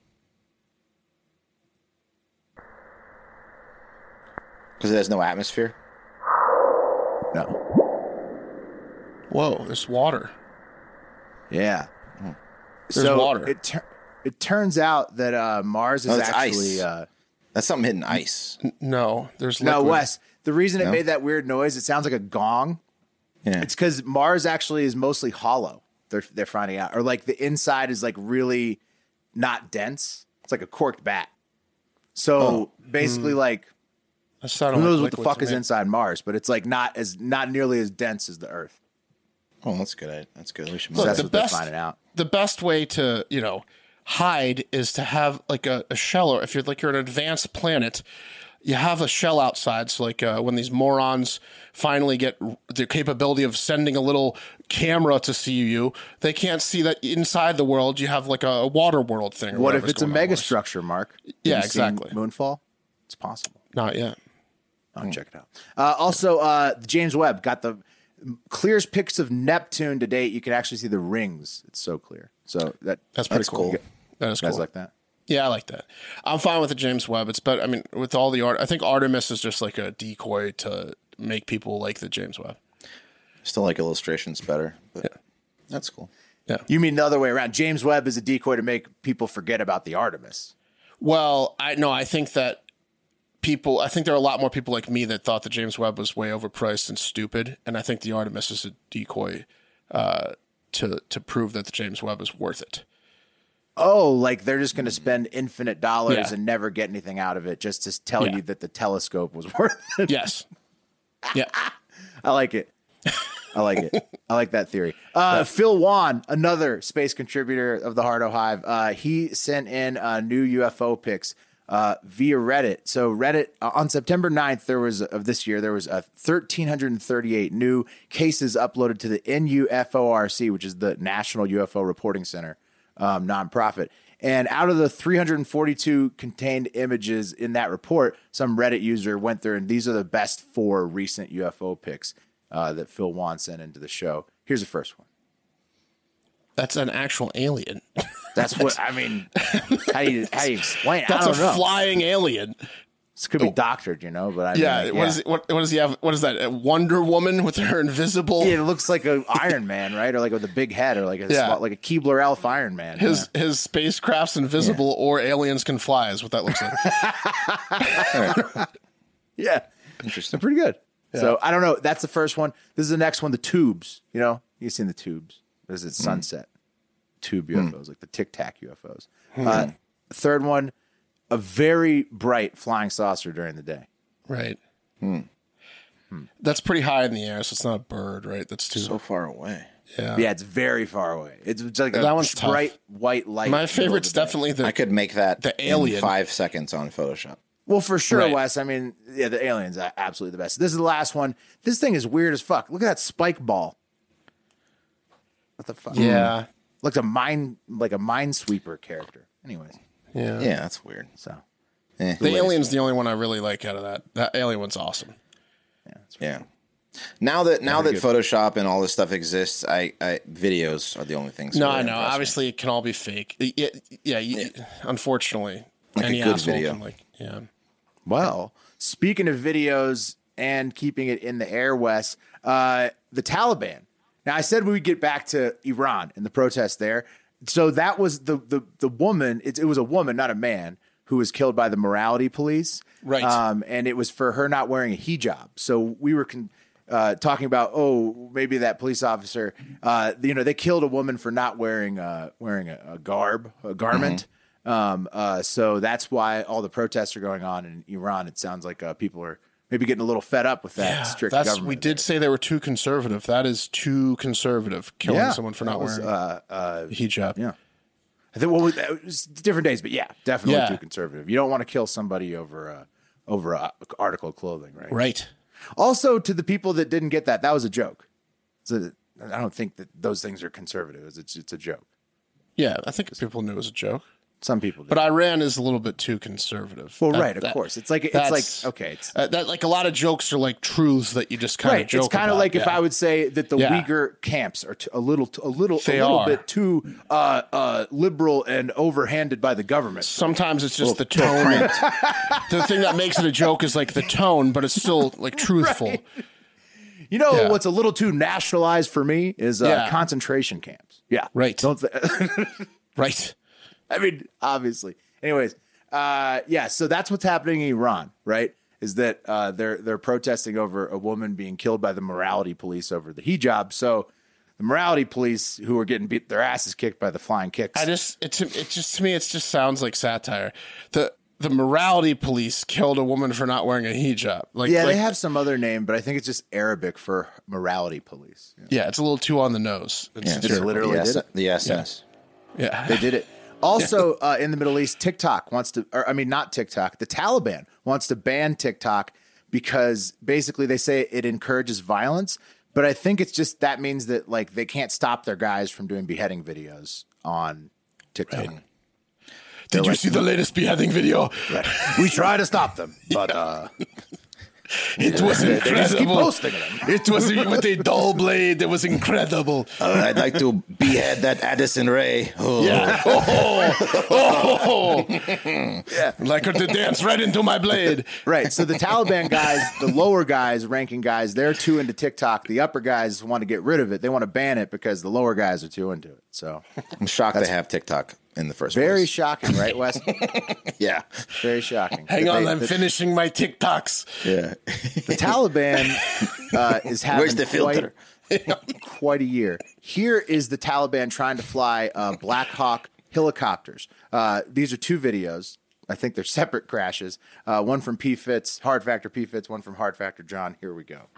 A: Because it has no atmosphere.
D: No.
B: Whoa, there's water.
D: Yeah.
B: There's water.
D: It, tur- it turns out that uh, Mars is
A: No, Oh, it's
D: actually
A: ice.
D: uh,
A: That's something hidden ice.
B: No, there's
D: no
B: liquid.
D: Wes. The reason it made that weird noise, it sounds like a gong.
A: Yeah.
D: It's because Mars actually is mostly hollow. They're they're finding out, or like the inside is like really not dense. It's like a corked bat. So
A: Oh.
D: basically,
A: Hmm.
D: like
B: That's
D: who
A: sounded like
D: knows what the
A: liquid
D: fuck
A: to
D: is
A: me.
D: inside Mars, but it's like not as not nearly as dense as the Earth.
A: Oh, that's good. That's good. We should.
D: So
B: Look,
D: that's
B: the
D: what they're
B: best-
D: finding out.
B: the best way to you know hide is to have like a, a shell or if you're like you're an advanced planet you have a shell outside so like uh, when these morons finally get r- the capability of sending a little camera to see you they can't see that inside the world you have like a, a water world thing or
D: What if
B: whatever's
D: it's a
B: going on.
D: megastructure, Mark?
B: Yeah,
D: Have you seen
B: exactly. Hmm.
D: Moonfall. It's possible.
B: not yet
D: I'll check it out. Uh, also, uh, James Webb got the clearest pics of Neptune to date. You can actually see the rings. It's so clear. So that
B: That's pretty cool.
D: You gu-
B: That is
D: you guys
B: cool.
D: like that?
B: Yeah, I like that. I'm fine with the James Webb. It's better. I mean, with all the art, I think Artemis is just like a decoy to make people like the James Webb.
A: Still like illustrations better. But That's cool.
B: Yeah.
D: You mean the other way around? James Webb is a decoy to make people forget about the Artemis.
B: Well, I no, I think that people. I think there are a lot more people like me that thought the James Webb was way overpriced and stupid, and I think the Artemis is a decoy uh, to to prove that the James Webb is worth it.
D: Oh, like they're just going to spend infinite dollars
B: Hmm. Yeah.
D: and never get anything out of it just to tell
B: Yeah.
D: you that the telescope was worth it.
B: Yes. Yeah.
D: I like it. I like it. I like that theory. Uh, Phil Wan, another space contributor of the Hardo Hive, uh, he sent in uh, new UFO pics uh, via Reddit. So Reddit uh, on September 9th, there was of this year, there was uh, 1,338 new cases uploaded to the NUFORC, which is the National UFO Reporting Center um, nonprofit. And out of the 342 contained images in that report, some Reddit user went through, and these are the best four recent UFO pics uh, that Phil Wan sent into the show. Here's the first one.
B: That's an actual alien.
D: That's what I mean. How do you how do you explain? it?
B: That's
D: I
B: a
D: don't know.
B: flying alien.
D: This could be doctored, you know. But I mean,
B: yeah,
D: like,
B: What is it, what, what does he have? What is that? A Wonder Woman with her invisible.
D: Yeah, it looks like a Iron Man, right? Or like with a big head, or like a
B: Yeah.
D: small- like a Keebler Elf Iron Man.
B: His his spacecraft's invisible, or aliens can fly is what that looks like.
D: yeah, yeah.
A: Interesting.
D: they're pretty good. So I don't know. That's the first one. This is the next one. The tubes, you know, you've seen the tubes. This
B: Hmm.
D: is sunset tube UFOs, like the Tic Tac UFOs. Uh,
B: Hmm.
D: third one, a very bright flying saucer during the day.
B: right. That's pretty high in the air, so it's not a bird, right? That's too
A: So far away.
B: yeah.
D: Yeah, it's very far away. It's it's like a
B: That one's tough.
D: bright white light.
B: My
D: in the middle
B: favorite's
D: of the day.
B: definitely the
A: I could make that
B: The
A: in
B: alien.
A: five seconds on Photoshop.
D: Well, for sure,
B: Right.
D: Wes. I mean, yeah, the aliens are absolutely the best. This is the last one. This thing is weird as fuck. Look at that spike ball. What the fuck?
B: yeah,
D: Looks a mine like a minesweeper character. Anyways,
B: yeah.
A: Yeah, that's weird.
D: so
A: Eh.
B: The alien's the only one I really like out of that. That alien one's awesome.
A: Yeah. Now that now that Photoshop and all this stuff exists, I, I videos are the only things.
B: No,
A: that
B: I know.
A: impress me.
B: Obviously, it can all be fake. Yeah, yeah. You, Unfortunately,
A: Like a
B: any
A: good
B: asshole
A: video.
B: can like yeah.
D: Well, speaking of videos and keeping it in the air, Wes, uh, the Taliban. Now, I said we would get back to Iran and the protests there. So that was the the the woman. It, it was a woman, not a man, who was killed by the morality police.
B: Right.
D: Um, and it was for her not wearing a hijab. So we were con- uh, talking about, oh, maybe that police officer. Uh, you know, they killed a woman for not wearing uh, wearing a, a garb, a garment. Um, uh, so that's why all the protests are going on in Iran. It sounds like uh, people are maybe getting a little fed up with that strict
B: That's
D: government.
B: we did say they were too conservative. That is too conservative. Killing
D: Yeah,
B: someone for
D: that
B: not
D: was,
B: wearing
D: Uh, uh,
B: a hijab.
D: yeah. I think what was, it was different days, but yeah, definitely
B: Yeah.
D: too conservative. You don't want to kill somebody over a over a article of clothing, right?
B: Right.
D: Also, to the people that didn't get that, that was a joke. So I don't think that those things are conservative. It's it's a joke.
B: Yeah, I think people knew it was a joke.
D: Some people, do.
B: But Iran is a little bit too conservative.
D: well,
B: That-
D: right, of
B: that-
D: course. It's like it's
B: that's-
D: like okay, it's
B: Uh, that like a lot of jokes are like truths that you just kind of
D: right.
B: joke.
D: It's kind of
B: about,
D: like if
B: yeah.
D: I would say that the
B: Yeah.
D: Uyghur camps are t- a little t- a little
B: They
D: a little
B: are.
D: bit too uh, uh, liberal and overhanded by the government.
B: Sometimes it's just the tone. the thing that makes it a joke is like the tone, but it's still like truthful.
D: You know
B: Yeah.
D: what's a little too nationalized for me is uh,
B: Yeah.
D: concentration camps. Yeah,
B: Right.
D: Don't. Th-
B: Right.
D: I mean, obviously. Anyways, uh, yeah. So that's what's happening in Iran, right? Is that uh, they're they're protesting over a woman being killed by the morality police over the hijab. So the morality police who were getting beat their asses kicked by the flying kicks.
B: I just it to, it just to me it just sounds like satire. The the morality police killed a woman for not wearing a hijab. Like
D: yeah,
B: like,
D: they have some other name, but I think it's just Arabic for morality police.
B: yeah, it's a little too on the nose. It's,
D: They literally
A: the, S-
D: did it.
A: the SS.
B: yeah.
D: They did it. Also, uh, in the Middle East, TikTok wants to, or I mean, not TikTok, the Taliban wants to ban TikTok because basically they say it encourages violence. But I think it's just that means that like they can't stop their guys from doing beheading videos on TikTok.
B: Did you see the latest beheading video?
D: Right. We try to stop them, but uh,
B: It was
D: they,
B: incredible.
D: they just keep posting them.
B: It was with a dull blade. It was incredible.
A: Uh, I'd like to behead that Addison Ray. Oh.
B: Yeah. Oh, oh. Like her to dance right into my blade.
D: Right. So the Taliban guys, the lower guys, ranking guys, they're too into TikTok. The upper guys want to get rid of it. They want to ban it because the lower guys are too into it. So
A: I'm shocked they have TikTok in the first
D: very
A: place.
D: shocking, right, Wes?
A: yeah.
D: Very shocking.
B: Hang
D: That
B: on,
D: they-
B: I'm
D: that
B: finishing my TikToks.
A: Yeah.
D: The Taliban uh, is having
A: Where's the filter?
D: Quite, quite a year. Here is the Taliban trying to fly uh, Black Hawk helicopters. Uh, these are two videos. I think they're separate crashes. Uh, one from P. Fitz, Hard Factor P. Fitz, one from Hard Factor John. Here we go.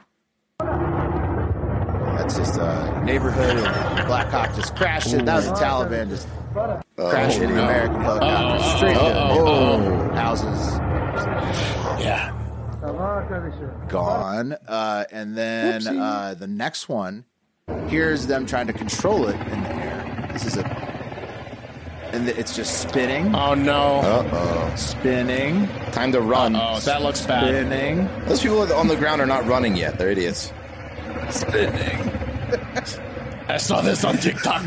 D: That's just a neighborhood, and Black Hawk just crashed it. That was the Taliban just crashed into American helicopter straight into houses.
B: Yeah.
D: gone. Uh, and then uh, the next one, here's them trying to control it in the air. This is a, and it's just spinning,
B: Oh no.
D: spinning,
A: Time to run.
B: Oh, that looks bad.
D: spinning.
A: Those people on the ground are not running yet. They're idiots.
B: I saw this on TikTok.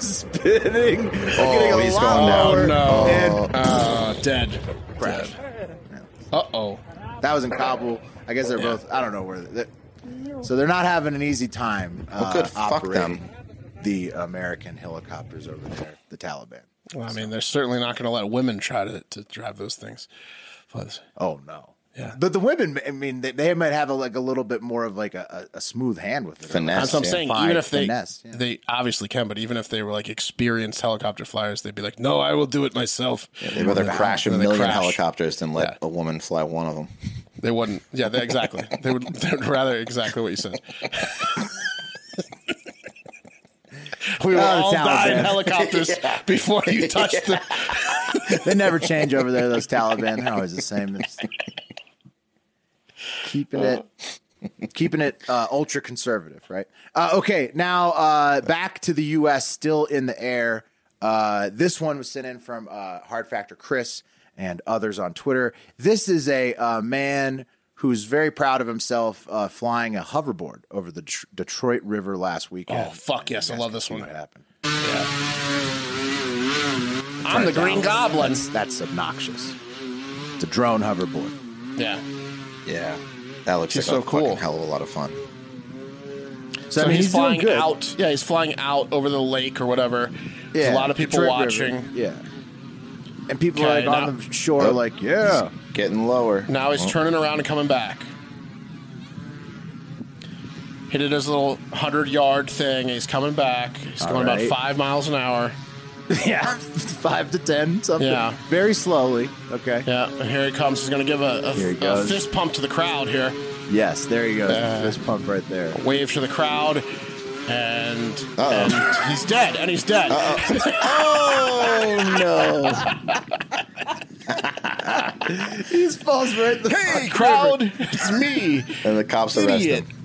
D: spinning.
A: Oh, he's gone down.
B: Oh no.
D: And-
B: Uh, dead. Brad. Uh oh.
D: That was in Kabul. I guess they're both. I don't know where. They're, so they're not having an easy time. Uh,
A: Well, good. Fuck
D: operating
A: them.
D: The American helicopters over there, the Taliban.
B: Well, I mean, they're certainly not going to let women try to, to drive those things. Plus,
D: Oh no.
B: Yeah.
D: But the women, I mean, they, they might have a, like a little bit more of like a, a, a smooth hand with it.
A: Finesse.
B: that's what I'm
A: yeah.
B: saying.
D: fine
B: Even if they
D: finesse, yeah.
B: they obviously can, but even if they were like experienced helicopter flyers, they'd be like, "No, I will do it myself."
A: They'd rather crash a
B: Rather
A: million
B: crash.
A: helicopters than let
B: Yeah.
A: a woman fly one of them.
B: They wouldn't. Yeah, they, exactly. they would. They would rather exactly what you said. we will
D: Oh,
B: all
D: Taliban.
B: die in helicopters before you touch the.
D: They never change over there. Those Taliban, they're always the same. It's- keeping it, keeping it uh, ultra conservative, right? Uh, okay, now uh, back to the U.S. Still in the air. Uh, this one was sent in from uh, Hard Factor Chris and others on Twitter. This is a uh, man who's very proud of himself uh, flying a hoverboard over the Tr- Detroit River last weekend.
B: Oh fuck yes, I love this one.
D: What happened?
B: I'm the Green Goblin.
D: That's, that's obnoxious. It's a drone hoverboard.
B: Yeah.
A: Yeah. That looks
B: She's
A: like
B: so
A: a
B: cool.
A: fucking hell of a lot of fun.
D: So, I
B: So
D: mean,
B: he's,
D: he's, doing
B: flying
D: good.
B: out. Yeah, he's flying out over the lake or whatever. There's a lot of people
D: Detroit
B: watching.
D: River. Yeah. And people are
B: Okay,
D: like on
B: now-
D: the shore,
A: Oh.
D: like, yeah.
A: Getting lower.
B: Now he's
A: Oh.
B: turning around and coming back. Hit it his little hundred yard thing. He's coming back. He's
D: All
B: going
D: right.
B: about five miles an hour.
D: yeah. Five to 10, something.
B: Yeah.
D: Very slowly. Okay.
B: Yeah, and here he comes. He's going to give a,
D: Here he
B: a, a
D: goes.
B: fist pump to the crowd here.
D: Yes. There you go. Fist pump right there.
B: Wave to the crowd, and, and he's dead. And he's dead.
A: Oh, no.
D: He just falls right in the fucking
B: Hey, crowd, it's me.
A: And the cops arrest
B: Idiot.
A: him.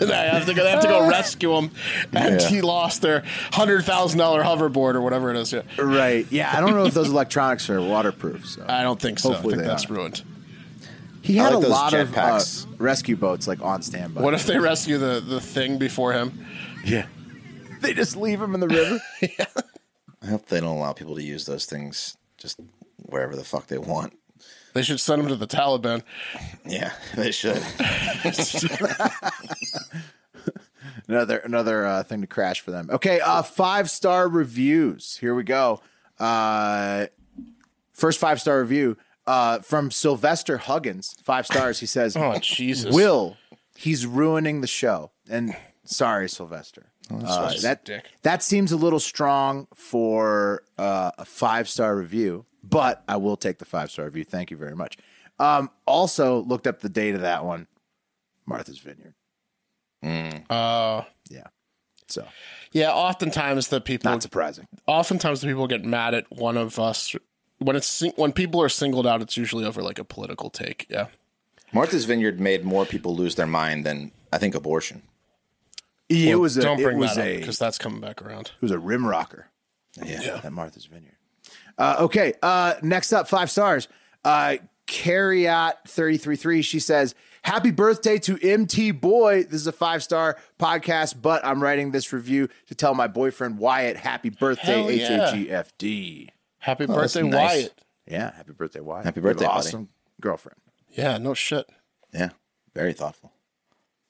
B: And I have to go, they have to go rescue him, and
A: Yeah.
B: he lost their hundred thousand dollar hoverboard or whatever it is. Yeah.
D: river. Right. Yeah. I don't know if those electronics are waterproof. So
B: I don't think so.
D: Hopefully
B: I think
D: they
B: that's
D: are.
B: ruined.
D: He
A: I
D: had
A: like
D: a
A: those
D: lot of uh,
A: jetpacks.
D: rescue boats like on standby.
B: What if they rescue the, the thing before him?
D: yeah. They just leave him in the river.
A: I hope they don't allow people to use those things just wherever the fuck they want.
B: They should send him to the Taliban.
A: Yeah, they should.
D: another another uh, thing to crash for them. Okay, uh, five star reviews. Here we go. Uh, first five star review. uh, from Sylvester Huggins, five stars. He says,
B: Oh, Jesus.
D: Will, he's ruining the show. And sorry, Sylvester.
B: Oh, that's
D: Uh,
B: right.
D: that,
B: Dick.
D: that seems a little strong for uh, a five star review, but I will take the five star review. Thank you very much. Um, also, looked up the date of that one Martha's Vineyard.
B: Uh,
D: yeah. So,
B: yeah, oftentimes the people
D: not surprising.
B: Oftentimes the people get mad at one of us when it's sing- when people are singled out. It's usually over like a political take. Yeah,
A: Martha's Vineyard made more people lose their mind than I think abortion.
D: It
B: Well,
D: was a,
B: don't
D: it
B: bring
D: was
B: that
D: a,
B: up because that's coming back around.
D: It was a rim rocker.
A: Yeah.
D: At Martha's Vineyard. Uh, okay. Uh, next up, five stars. Uh, Carriot333. She says, Happy birthday to MT Boy. This is a five star podcast, but I'm writing this review to tell my boyfriend Wyatt happy birthday,
B: Hell yeah.
D: HAGFD.
B: Happy
A: Oh, that's
B: birthday,
A: nice.
B: Wyatt.
D: Yeah. Happy birthday, Wyatt.
A: Happy
D: You have
A: birthday,
D: an
A: buddy.
D: Awesome girlfriend
B: Yeah, no shit.
A: Yeah. Very thoughtful.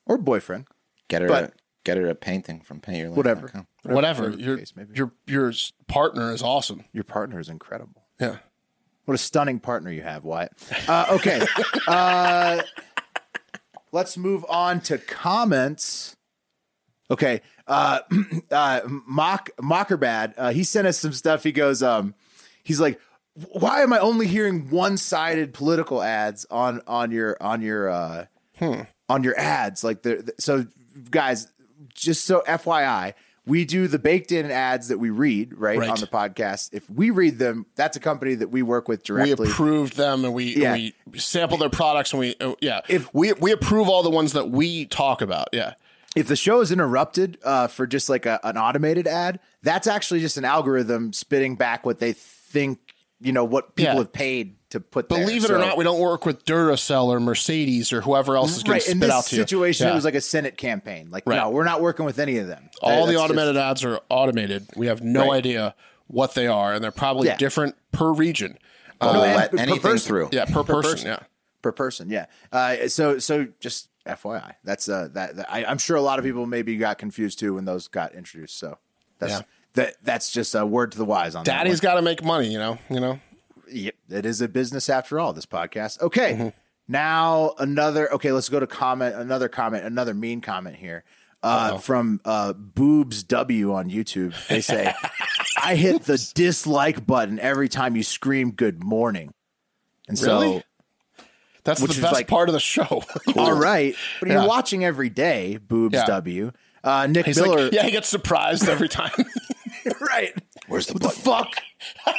D: or boyfriend.
A: Get her a,
D: But-
A: get her a painting from painterlife.com.
D: Whatever.
B: Whatever.
D: the
B: Your,
D: case may be.
B: your your s- partner is awesome.
D: Your partner is incredible.
B: Yeah.
D: What a stunning partner you have, Wyatt. Uh, okay. uh, let's move on to comments. Okay. Uh, uh, Mock Mockerbad, uh, he sent us some stuff. He goes, um, he's like, why am I only hearing one-sided political ads on on your on your uh, on your ads? Like, they're- th- so guys, just so FYI, we do the baked-in ads that we read right
B: Right.
D: on the podcast. If we read them, that's a company that we work with directly.
B: We approved them and we
D: Yeah.
B: we sample their products and we uh, yeah.
D: If-
B: we we approve all the ones that we talk about. Yeah.
D: if the show is interrupted uh, for just like a, an automated ad, that's actually just an algorithm spitting back what they think, you know, what people
B: Yeah.
D: have paid to put. there.
B: Believe it
D: So-
B: or not, we don't work with Duracell or Mercedes or whoever else is going
D: right
B: to
D: in
B: spit
D: this
B: out to you.
D: situation,
B: Yeah.
D: it was like a Senate campaign. Like,
B: Right.
D: no, we're not working with any of them.
B: all the
D: That's
B: automated
D: just-
B: ads are automated. We have no
D: Right.
B: idea what they are, and they're probably
D: Yeah.
B: different per region. Um,
A: Don't
D: No, and
A: let
D: per
A: anything
D: person.
A: through.
B: Yeah, per, person,
D: person.
B: Yeah.
D: per person. Yeah. Uh, so so just FYI, that's uh, that, that- I, I'm sure a lot of people maybe got confused too when those got introduced. So that's
B: Yeah.
D: that that's just a word to the wise on that.
B: Daddy's
D: one.
B: got to make money, you know. You know.
D: Yep, it is a business after all. This podcast. Okay,
B: Mm-hmm.
D: now another. Okay, let's go to comment. Another comment. Another mean comment here uh, from uh, Boobs W on YouTube. They say, "I hit the dislike button every time you scream good morning," and
B: Really? That's
D: Which
B: the
D: is
B: best
D: like-
B: part of the show.
D: so all right. But
B: Yeah.
D: you're watching every day, Boobs
B: Yeah.
D: W. Uh, Nick
B: He's
D: Miller,
B: like, yeah, he gets surprised every time.
D: right?
A: Where's the
D: What
A: button?
D: the fuck?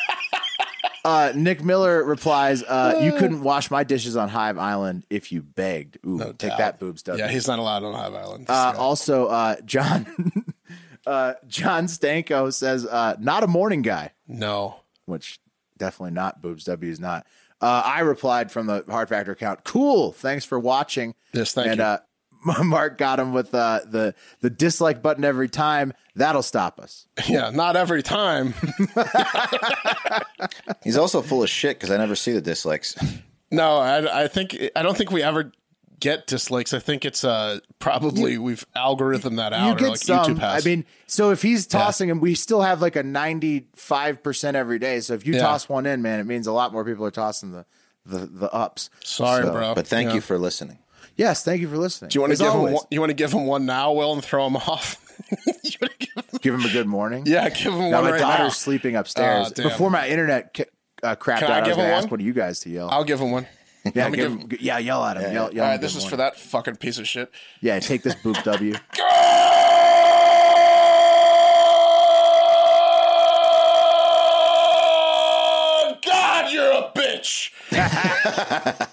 D: uh, Nick Miller replies, uh, "You couldn't wash my dishes on Hive Island if you begged." Ooh, take that, boobs. W.
B: yeah, he's not allowed on Hive Island.
D: uh, also, uh, John uh, John Stanko says, uh, "Not a morning guy,"
B: no.
D: which definitely not boobs. W is not. Uh, I replied from the Hard Factor account. Cool. Thanks for watching.
B: Yes, thank
D: and,
B: you.
D: Uh, Mark got him with uh, the the dislike button every time. That'll stop us.
B: Yeah, not every time.
A: He's also full of shit because I never see the dislikes.
B: no, I, I think I don't think we ever get dislikes. I think it's uh probably we've algorithm that out or like YouTube has.
D: I mean, so if he's tossing him, we still have like a ninety-five percent every day. So if you
B: Yeah.
D: toss one in, man, it means a lot more people are tossing the the, the ups.
B: sorry,
A: So,
B: bro.
A: But thank
B: Yeah.
A: you for listening.
D: Yes, thank you for listening.
B: Do you want to
D: As
B: give him?
D: always,
B: One, you want to give him one now, Will, and throw him off? You wanna give him-
D: give him a good morning?
B: yeah, give him
D: Now
B: one
D: my
B: right
D: daughter's
B: now.
D: sleeping upstairs.
B: Oh, damn.
D: Before my internet ca- uh, crapped out,
B: Can I
D: I, was
B: give him
D: going to
B: one?
D: ask one of you guys to yell.
B: I'll give him one.
D: yeah,
B: let me
D: give
B: give-
D: him, yeah, yell at him. Yell, yell
B: All
D: at him
B: right, this
D: good
B: is for
D: morning.
B: that fucking piece of shit.
D: Yeah, take this boob W.
B: Oh, God, you're a bitch.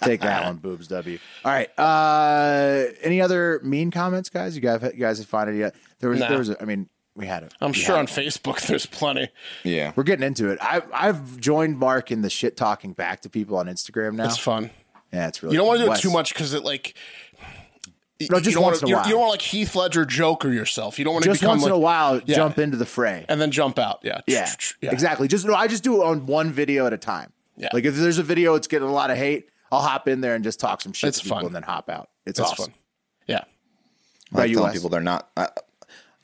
D: Take that one, boobs W. All right. Uh, any other mean comments, guys? You guys, you guys have found it yet? There was,
B: Nah.
D: there was. A, I mean, we had it.
B: I'm
D: We
B: sure
D: had
B: on
D: it.
B: Facebook there's plenty.
A: Yeah.
D: We're getting into it. I, I've joined Mark in the shit talking back to people on Instagram now.
B: It's fun.
D: Yeah, it's really.
B: You don't want to do it
D: Wes-
B: too much because it like. y-
D: No,
B: you
D: just
B: don't
D: once
B: wanna-
D: in a
B: you- You don't
D: while.
B: want to like Heath Ledger Joker yourself. You don't want to
D: Just
B: become
D: once
B: like,
D: in a while,
B: Yeah.
D: jump into the fray.
B: and then jump out. Yeah,
D: Yeah,
B: yeah.
D: exactly. Just no, I just do it on one video at a time.
B: Yeah.
D: Like if there's a video that's getting a lot of hate, I'll hop in there and just talk some shit
B: It's
D: to people
B: fun.
D: and then hop out. It's
B: It's
D: awesome.
B: fun. Yeah,
A: I like
D: you,
A: telling
D: Wes?
A: people they're not. I,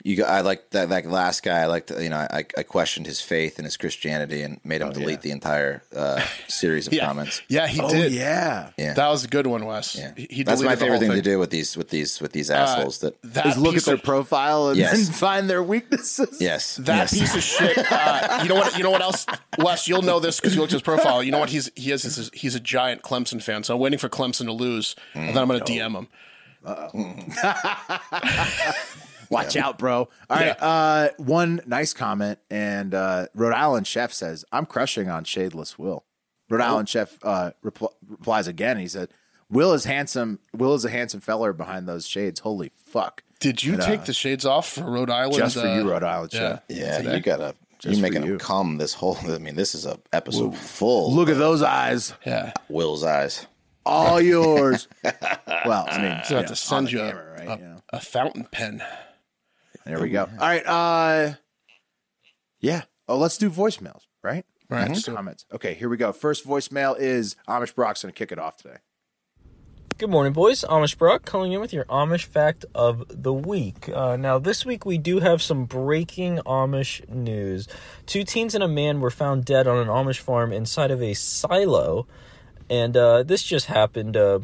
A: You, go- I like that, that last guy. I like, you know, I, I questioned his faith and his Christianity and made him delete the entire uh, series of
B: Oh, Yeah.
A: comments.
B: Yeah, he
A: Oh,
B: did.
D: Yeah.
A: Yeah.
B: That was a good one, Wes.
A: Yeah.
B: He- he
A: That's my
B: deleted the
A: favorite
B: whole
A: thing, to
B: thing.
A: do with these with these with these
B: Uh,
A: assholes. that
B: that
D: Is look at
B: piece
D: their
B: of-
D: profile and
A: Yes.
D: then find their weaknesses.
A: yes,
B: That
A: yes.
B: piece of shit. Uh, you know what? You know what else, Wes? You'll know this because you looked at his profile. You know what? He's he is he's a, he's a giant Clemson fan. So I'm waiting for Clemson to lose, and then I'm
D: Mm.
B: going to DM him.
D: Watch out, bro. All right. Uh, one nice comment, and uh, Rhode Island chef says, "I'm crushing on Shadeless Will."
B: Oh.
D: Rhode Island chef uh, repl- replies again. He said, "Will is handsome. Will is a handsome feller behind those shades. Holy fuck!
B: Did you
D: And,
B: take
D: uh,
B: the shades off for Rhode Island?
D: just for
B: uh,
D: you, Rhode Island
B: yeah.
D: chef?
A: yeah,
B: today.
A: you gotta.
D: for
A: You're making
D: you.
A: him come this whole. I mean, this is a episode full.
D: Look
A: of
D: at those eyes,
B: Yeah.
A: Will's eyes.
D: all yours." well, I mean,
B: So I
D: you
B: have
D: know,
B: to send
D: Ah, on
B: you
D: the
B: a,
D: camera, right?
B: a-
D: You know.
B: a fountain pen.
D: There we go. All right. Uh, yeah. Oh, let's do voicemails, right?
B: Right.
D: Just comments. Okay, here we go. First voicemail is Amish Brock's going to kick it off today.
K: Good morning, boys. Amish Brock calling in with your Amish fact of the week. Uh, now, this week we do have some breaking Amish news. Two teens and a man were found dead on an Amish farm inside of a silo. And uh, this just happened uh,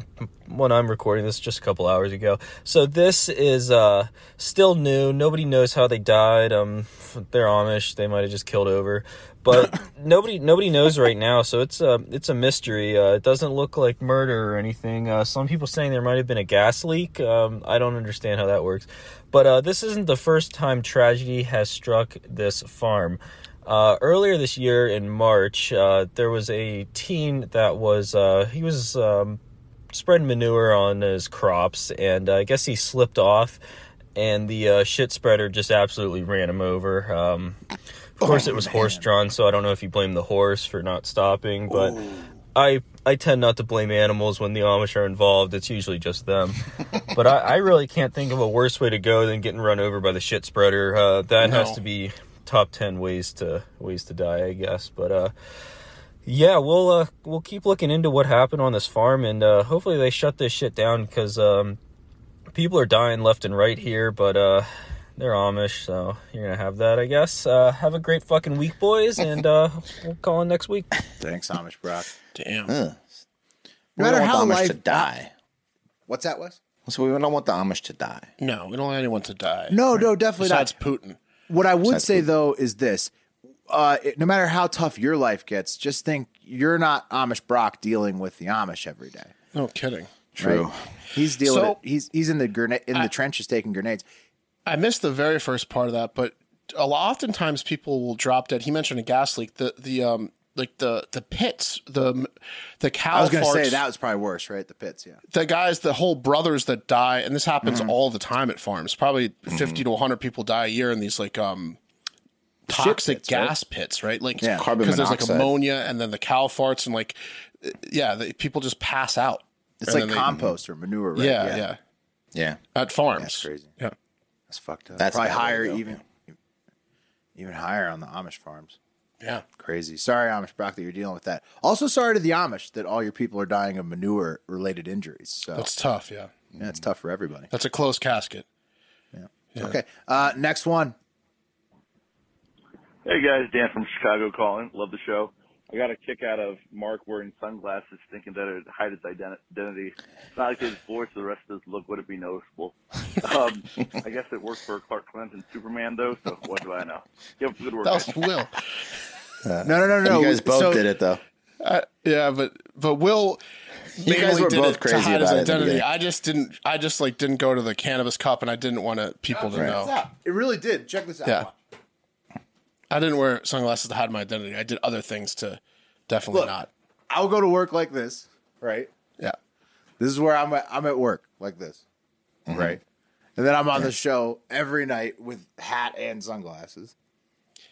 K: when I'm recording this just a couple hours ago. So, this is uh, still new. Nobody knows how they died. Um, they're Amish. They might have just killed over. But nobody nobody knows right now, so it's a it's a mystery. Uh, it doesn't look like murder or anything. Uh, some people saying there might have been a gas leak. Um, I don't understand how that works, but uh, this isn't the first time tragedy has struck this farm. Uh, earlier this year in March, uh, there was a teen that was uh, he was um, spreading manure on his crops, and uh, I guess he slipped off, and the uh, shit spreader just absolutely ran him over. Um, of course, it was horse drawn, so I don't know if you blame the horse for not stopping, but I I tend not to blame animals when the Amish are involved. It's usually just them. but I, I really can't think of a worse way to go than getting run over by the shit spreader. Uh, that has
B: No.
K: to be top ten ways to ways to die, I guess. But uh, yeah, we'll uh, we'll keep looking into what happened on this farm, and uh, hopefully they shut this shit down because um, people are dying left and right here. But uh, they're Amish, so you're gonna have that, I guess. Uh, have a great fucking week, boys, and uh, we'll call in next week.
D: Thanks, Amish Brock.
B: Damn.
A: We
D: No matter
A: don't
D: how
A: want the Amish
D: life-
A: to die.
D: What's that, Wes?
A: So we don't want the Amish to die.
B: No, we don't want anyone to die.
D: No, no, definitely
B: Besides
D: not.
B: Putin.
D: What I would say though is this: uh, it- no matter how tough your life gets, just think you're not Amish Brock dealing with the Amish every day.
B: No kidding.
A: True.
D: He's dealing.
B: So-
D: it- he's he's in the grenade in the trenches taking grenades.
B: I missed the very first part of that, but a lot, oftentimes people will drop dead. He mentioned a gas leak. The the um like the the pits the the cow
D: I was going to
B: farts.
D: say that was probably worse, right? The pits, yeah.
B: the guys, the whole brothers that die, and this happens
D: Mm-hmm.
B: all the time at farms. Probably fifty to one hundred people die a year in these like um toxic
D: pits, right?
B: gas pits, right? Like
D: Yeah.
A: Carbon
B: because there's like
A: monoxide.
B: ammonia, and then the cow farts, and like uh, yeah, the, people just pass out.
D: It's
B: And
D: like
B: then they-
D: compost or manure, right?
B: yeah, yeah,
A: Yeah.
B: at farms.
D: That's crazy.
B: Yeah,
D: That's fucked up.
A: That's
D: probably
A: a bad way to
D: higher,
A: go,
D: even even higher on the Amish farms.
B: yeah.
D: Crazy. Sorry, Amish Brock, that you're dealing with that. Also, sorry to the Amish that all your people are dying of manure related injuries. So
B: That's tough. Yeah,
D: yeah, it's tough for everybody.
B: that's a closed casket.
D: Okay. Uh, next one.
L: Hey guys, Dan from Chicago calling. Love the show. I got a kick out of Mark wearing sunglasses, thinking that it would hide his identi- identity. It's not like his voice, the rest of his look wouldn't be noticeable. Um, I guess it worked for Clark Kent and Superman though, so what do I know? You have good work.
B: That
L: guys.
B: was Will.
D: No, no, no, no.
A: you guys both
D: so-
A: did it though.
B: Uh, Yeah, but but Will.
A: You guys
B: mainly
A: were
B: did
A: both
B: it
A: crazy
B: to hide his
A: about it at the
B: identity.
A: beginning.
B: I just didn't. I just like didn't go to the cannabis cup, and I didn't want to, people to know.
D: It really did. Check this out.
B: Yeah. I didn't wear sunglasses to hide my identity. I did other things to definitely
D: Look.
B: not.
D: I'll go to work like this, right?
B: Yeah.
D: This is where I'm at, I'm at work like this,
B: Mm-hmm.
D: right? And then I'm on the show every night with hat and sunglasses.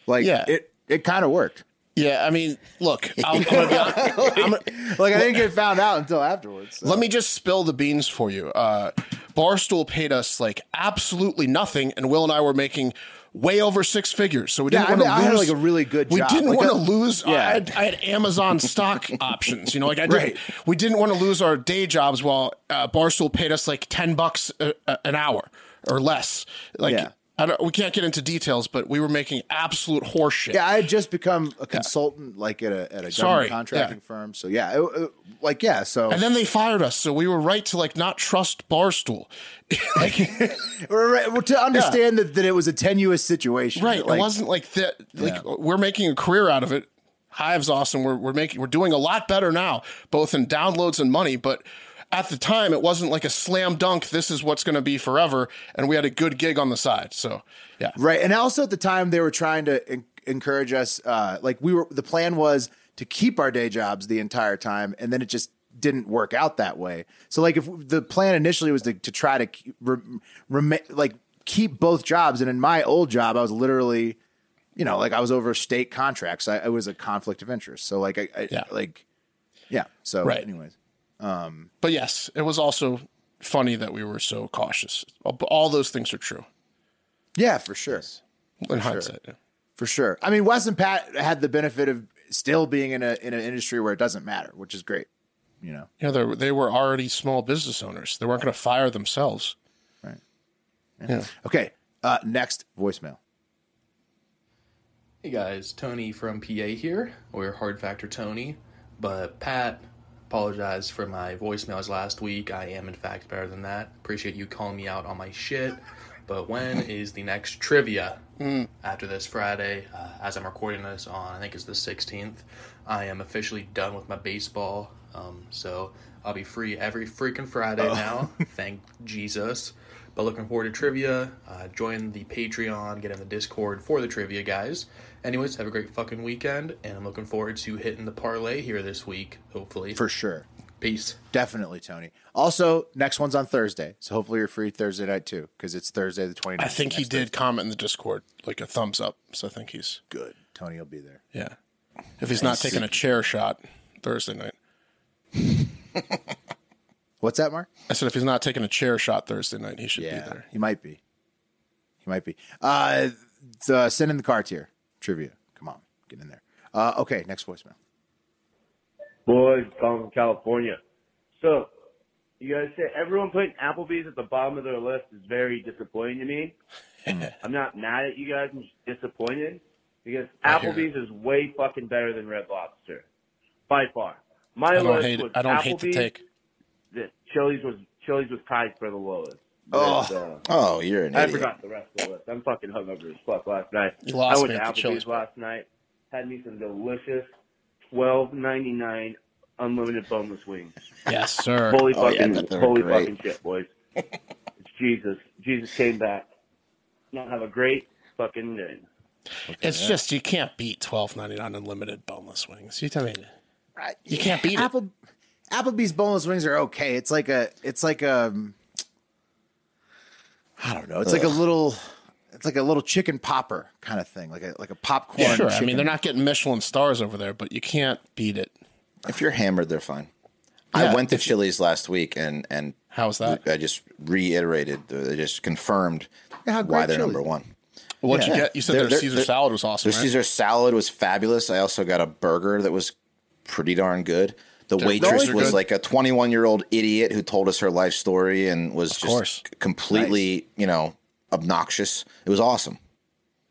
D: Like
B: Yeah.
D: it, it kind of worked.
B: Yeah. I mean, look, I'm, I'm gonna be honest. I'm gonna-
D: Like I didn't get found out until afterwards. so.
B: let me just spill the beans for you. Uh, Barstool paid us like absolutely nothing, and Will and I were making way over six figures. So we
D: Yeah,
B: didn't
D: I
B: want to
D: mean, I had,
B: lose.
D: like, a really good
B: We
D: job.
B: didn't
D: Like
B: want to
D: a-
B: lose.
D: yeah.
B: I, had, I had Amazon stock options. You know, like I did.
D: Right.
B: We didn't want to lose our day jobs uh, while uh, Barstool paid us like ten bucks a, a- an hour or less. Like
D: Yeah.
B: I don't, we can't get into details, but we were making absolute horseshit.
D: Yeah, I had just become a consultant, like at a at a government
B: Sorry,
D: contracting
B: yeah.
D: firm. So yeah, it- it- like yeah. So
B: And then they fired us, so we were right to like not trust Barstool.
D: Right, right, well, to understand that, that it was a tenuous situation,
B: Right. it wasn't like that. Like we're making a career out of it. Hive's awesome. We're we're making we're doing a lot better now, both in downloads and money. But at the time, it wasn't like a slam dunk. This is what's going to be forever. And we had a good gig on the side. So yeah,
D: Right. And also at the time they were trying to en- encourage us uh like we were the plan was to keep our day jobs the entire time and then it just didn't work out that way. So like if the plan initially was to, to try to ke- rem, rem, like keep both jobs and in my old job I was literally you know like I was over state contracts. I, I was a conflict of interest. So like I, I like yeah. So
B: Right.
D: anyways. Um
B: but yes, it was also funny that we were so cautious. All, all those things are true
D: yeah, for sure.
B: in
D: For sure.
B: hindsight. yeah.
D: For sure. I mean, Wes and Pat had the benefit of still being in a in an industry where it doesn't matter, which is great. You know.
B: Yeah, they they were already small business owners. They weren't going to fire themselves.
D: Right.
B: yeah.
D: Okay. Uh, next voicemail.
M: Hey guys, Tony from PA here, or Hard Factor Tony. But Pat, apologize for my voicemails last week. I am, in fact, better than that. Appreciate you calling me out on my shit. But when is the next trivia?
B: Mm.
M: After this Friday, uh, as I'm recording this on, I think it's the 16th, I am officially done with my baseball. Um, so I'll be free every freaking Friday
N: Oh.
M: now. Thank Jesus. But looking forward to trivia. Uh, join the Patreon, get in the Discord for the trivia, guys. Anyways, have a great fucking weekend, and I'm looking forward to hitting the parlay here this week, hopefully.
D: For sure.
M: Peace.
D: Definitely, Tony. Also, next one's on Thursday. So hopefully you're free Thursday night too, because it's Thursday the 29th.
B: I think he
D: next
B: did comment in the Discord, like a thumbs up. So I think he's
D: good. Tony will be there.
B: Yeah. If he's not
D: Nice.
B: taking a chair shot Thursday night.
D: What's that, Mark?
B: I said if he's not taking a chair shot Thursday night, he should be there.
D: He might be. He might be. Uh, the, send in the cards here. Trivia. Come on. Get in there. Uh, okay. Next voicemail.
O: Boys, calling from California. So, you guys say everyone putting Applebee's at the bottom of their list is very disappointing to me. I'm not mad at you guys. I'm just disappointed because
B: I hear
O: Applebee's is way fucking better than Red Lobster by far. My
B: I don't
O: list
B: hate it.
O: was
B: I don't hate
O: Applebee's.
B: the take.
O: The Chili's was Chili's was tied for the lowest.
A: Oh.
O: But, uh,
A: Oh, you're an
O: I
A: idiot.
O: forgot the rest of the list. I'm fucking hungover as fuck last night.
A: You lost
O: I went
A: me
O: to
A: at the Chili's,
O: Applebee's last night. Had me some delicious twelve ninety nine unlimited boneless wings.
B: Yes, sir.
O: Holy
B: Oh, yeah, I
O: fucking,
B: bet they were
O: holy
B: great.
O: fucking shit, boys! it's Jesus. Jesus came back. Now have a great fucking day.
B: It's just you can't beat twelve ninety nine unlimited boneless wings. You tell me. You can't beat it.
D: Apple, Applebee's boneless wings are okay. It's like a, it's like a, I don't know. It's like a
B: Ugh.
D: little, it's like a little chicken popper kind of thing, like a like a popcorn.
B: sure. I mean
D: chicken-
B: they're not getting Michelin stars over there, but you can't beat it.
A: If you're hammered, they're fine.
B: Yeah,
A: I went to Chili's last week and and
B: how was that?
A: I just reiterated, I just confirmed
B: Yeah, how
A: why
B: great
A: they're
B: Chili's
A: number
B: is.
A: one.
B: What'd you get? You said
A: They're-
B: their
A: they're-
B: Caesar
A: they're-
B: salad was awesome,
A: Their
B: right?
A: Caesar salad was fabulous. I also got a burger that was pretty darn good. The
B: Their
A: waitress
B: burgers are
A: was
B: good.
A: like a 21 year old idiot who told us her life story and was just
D: course.
A: completely, you know, obnoxious. It was awesome.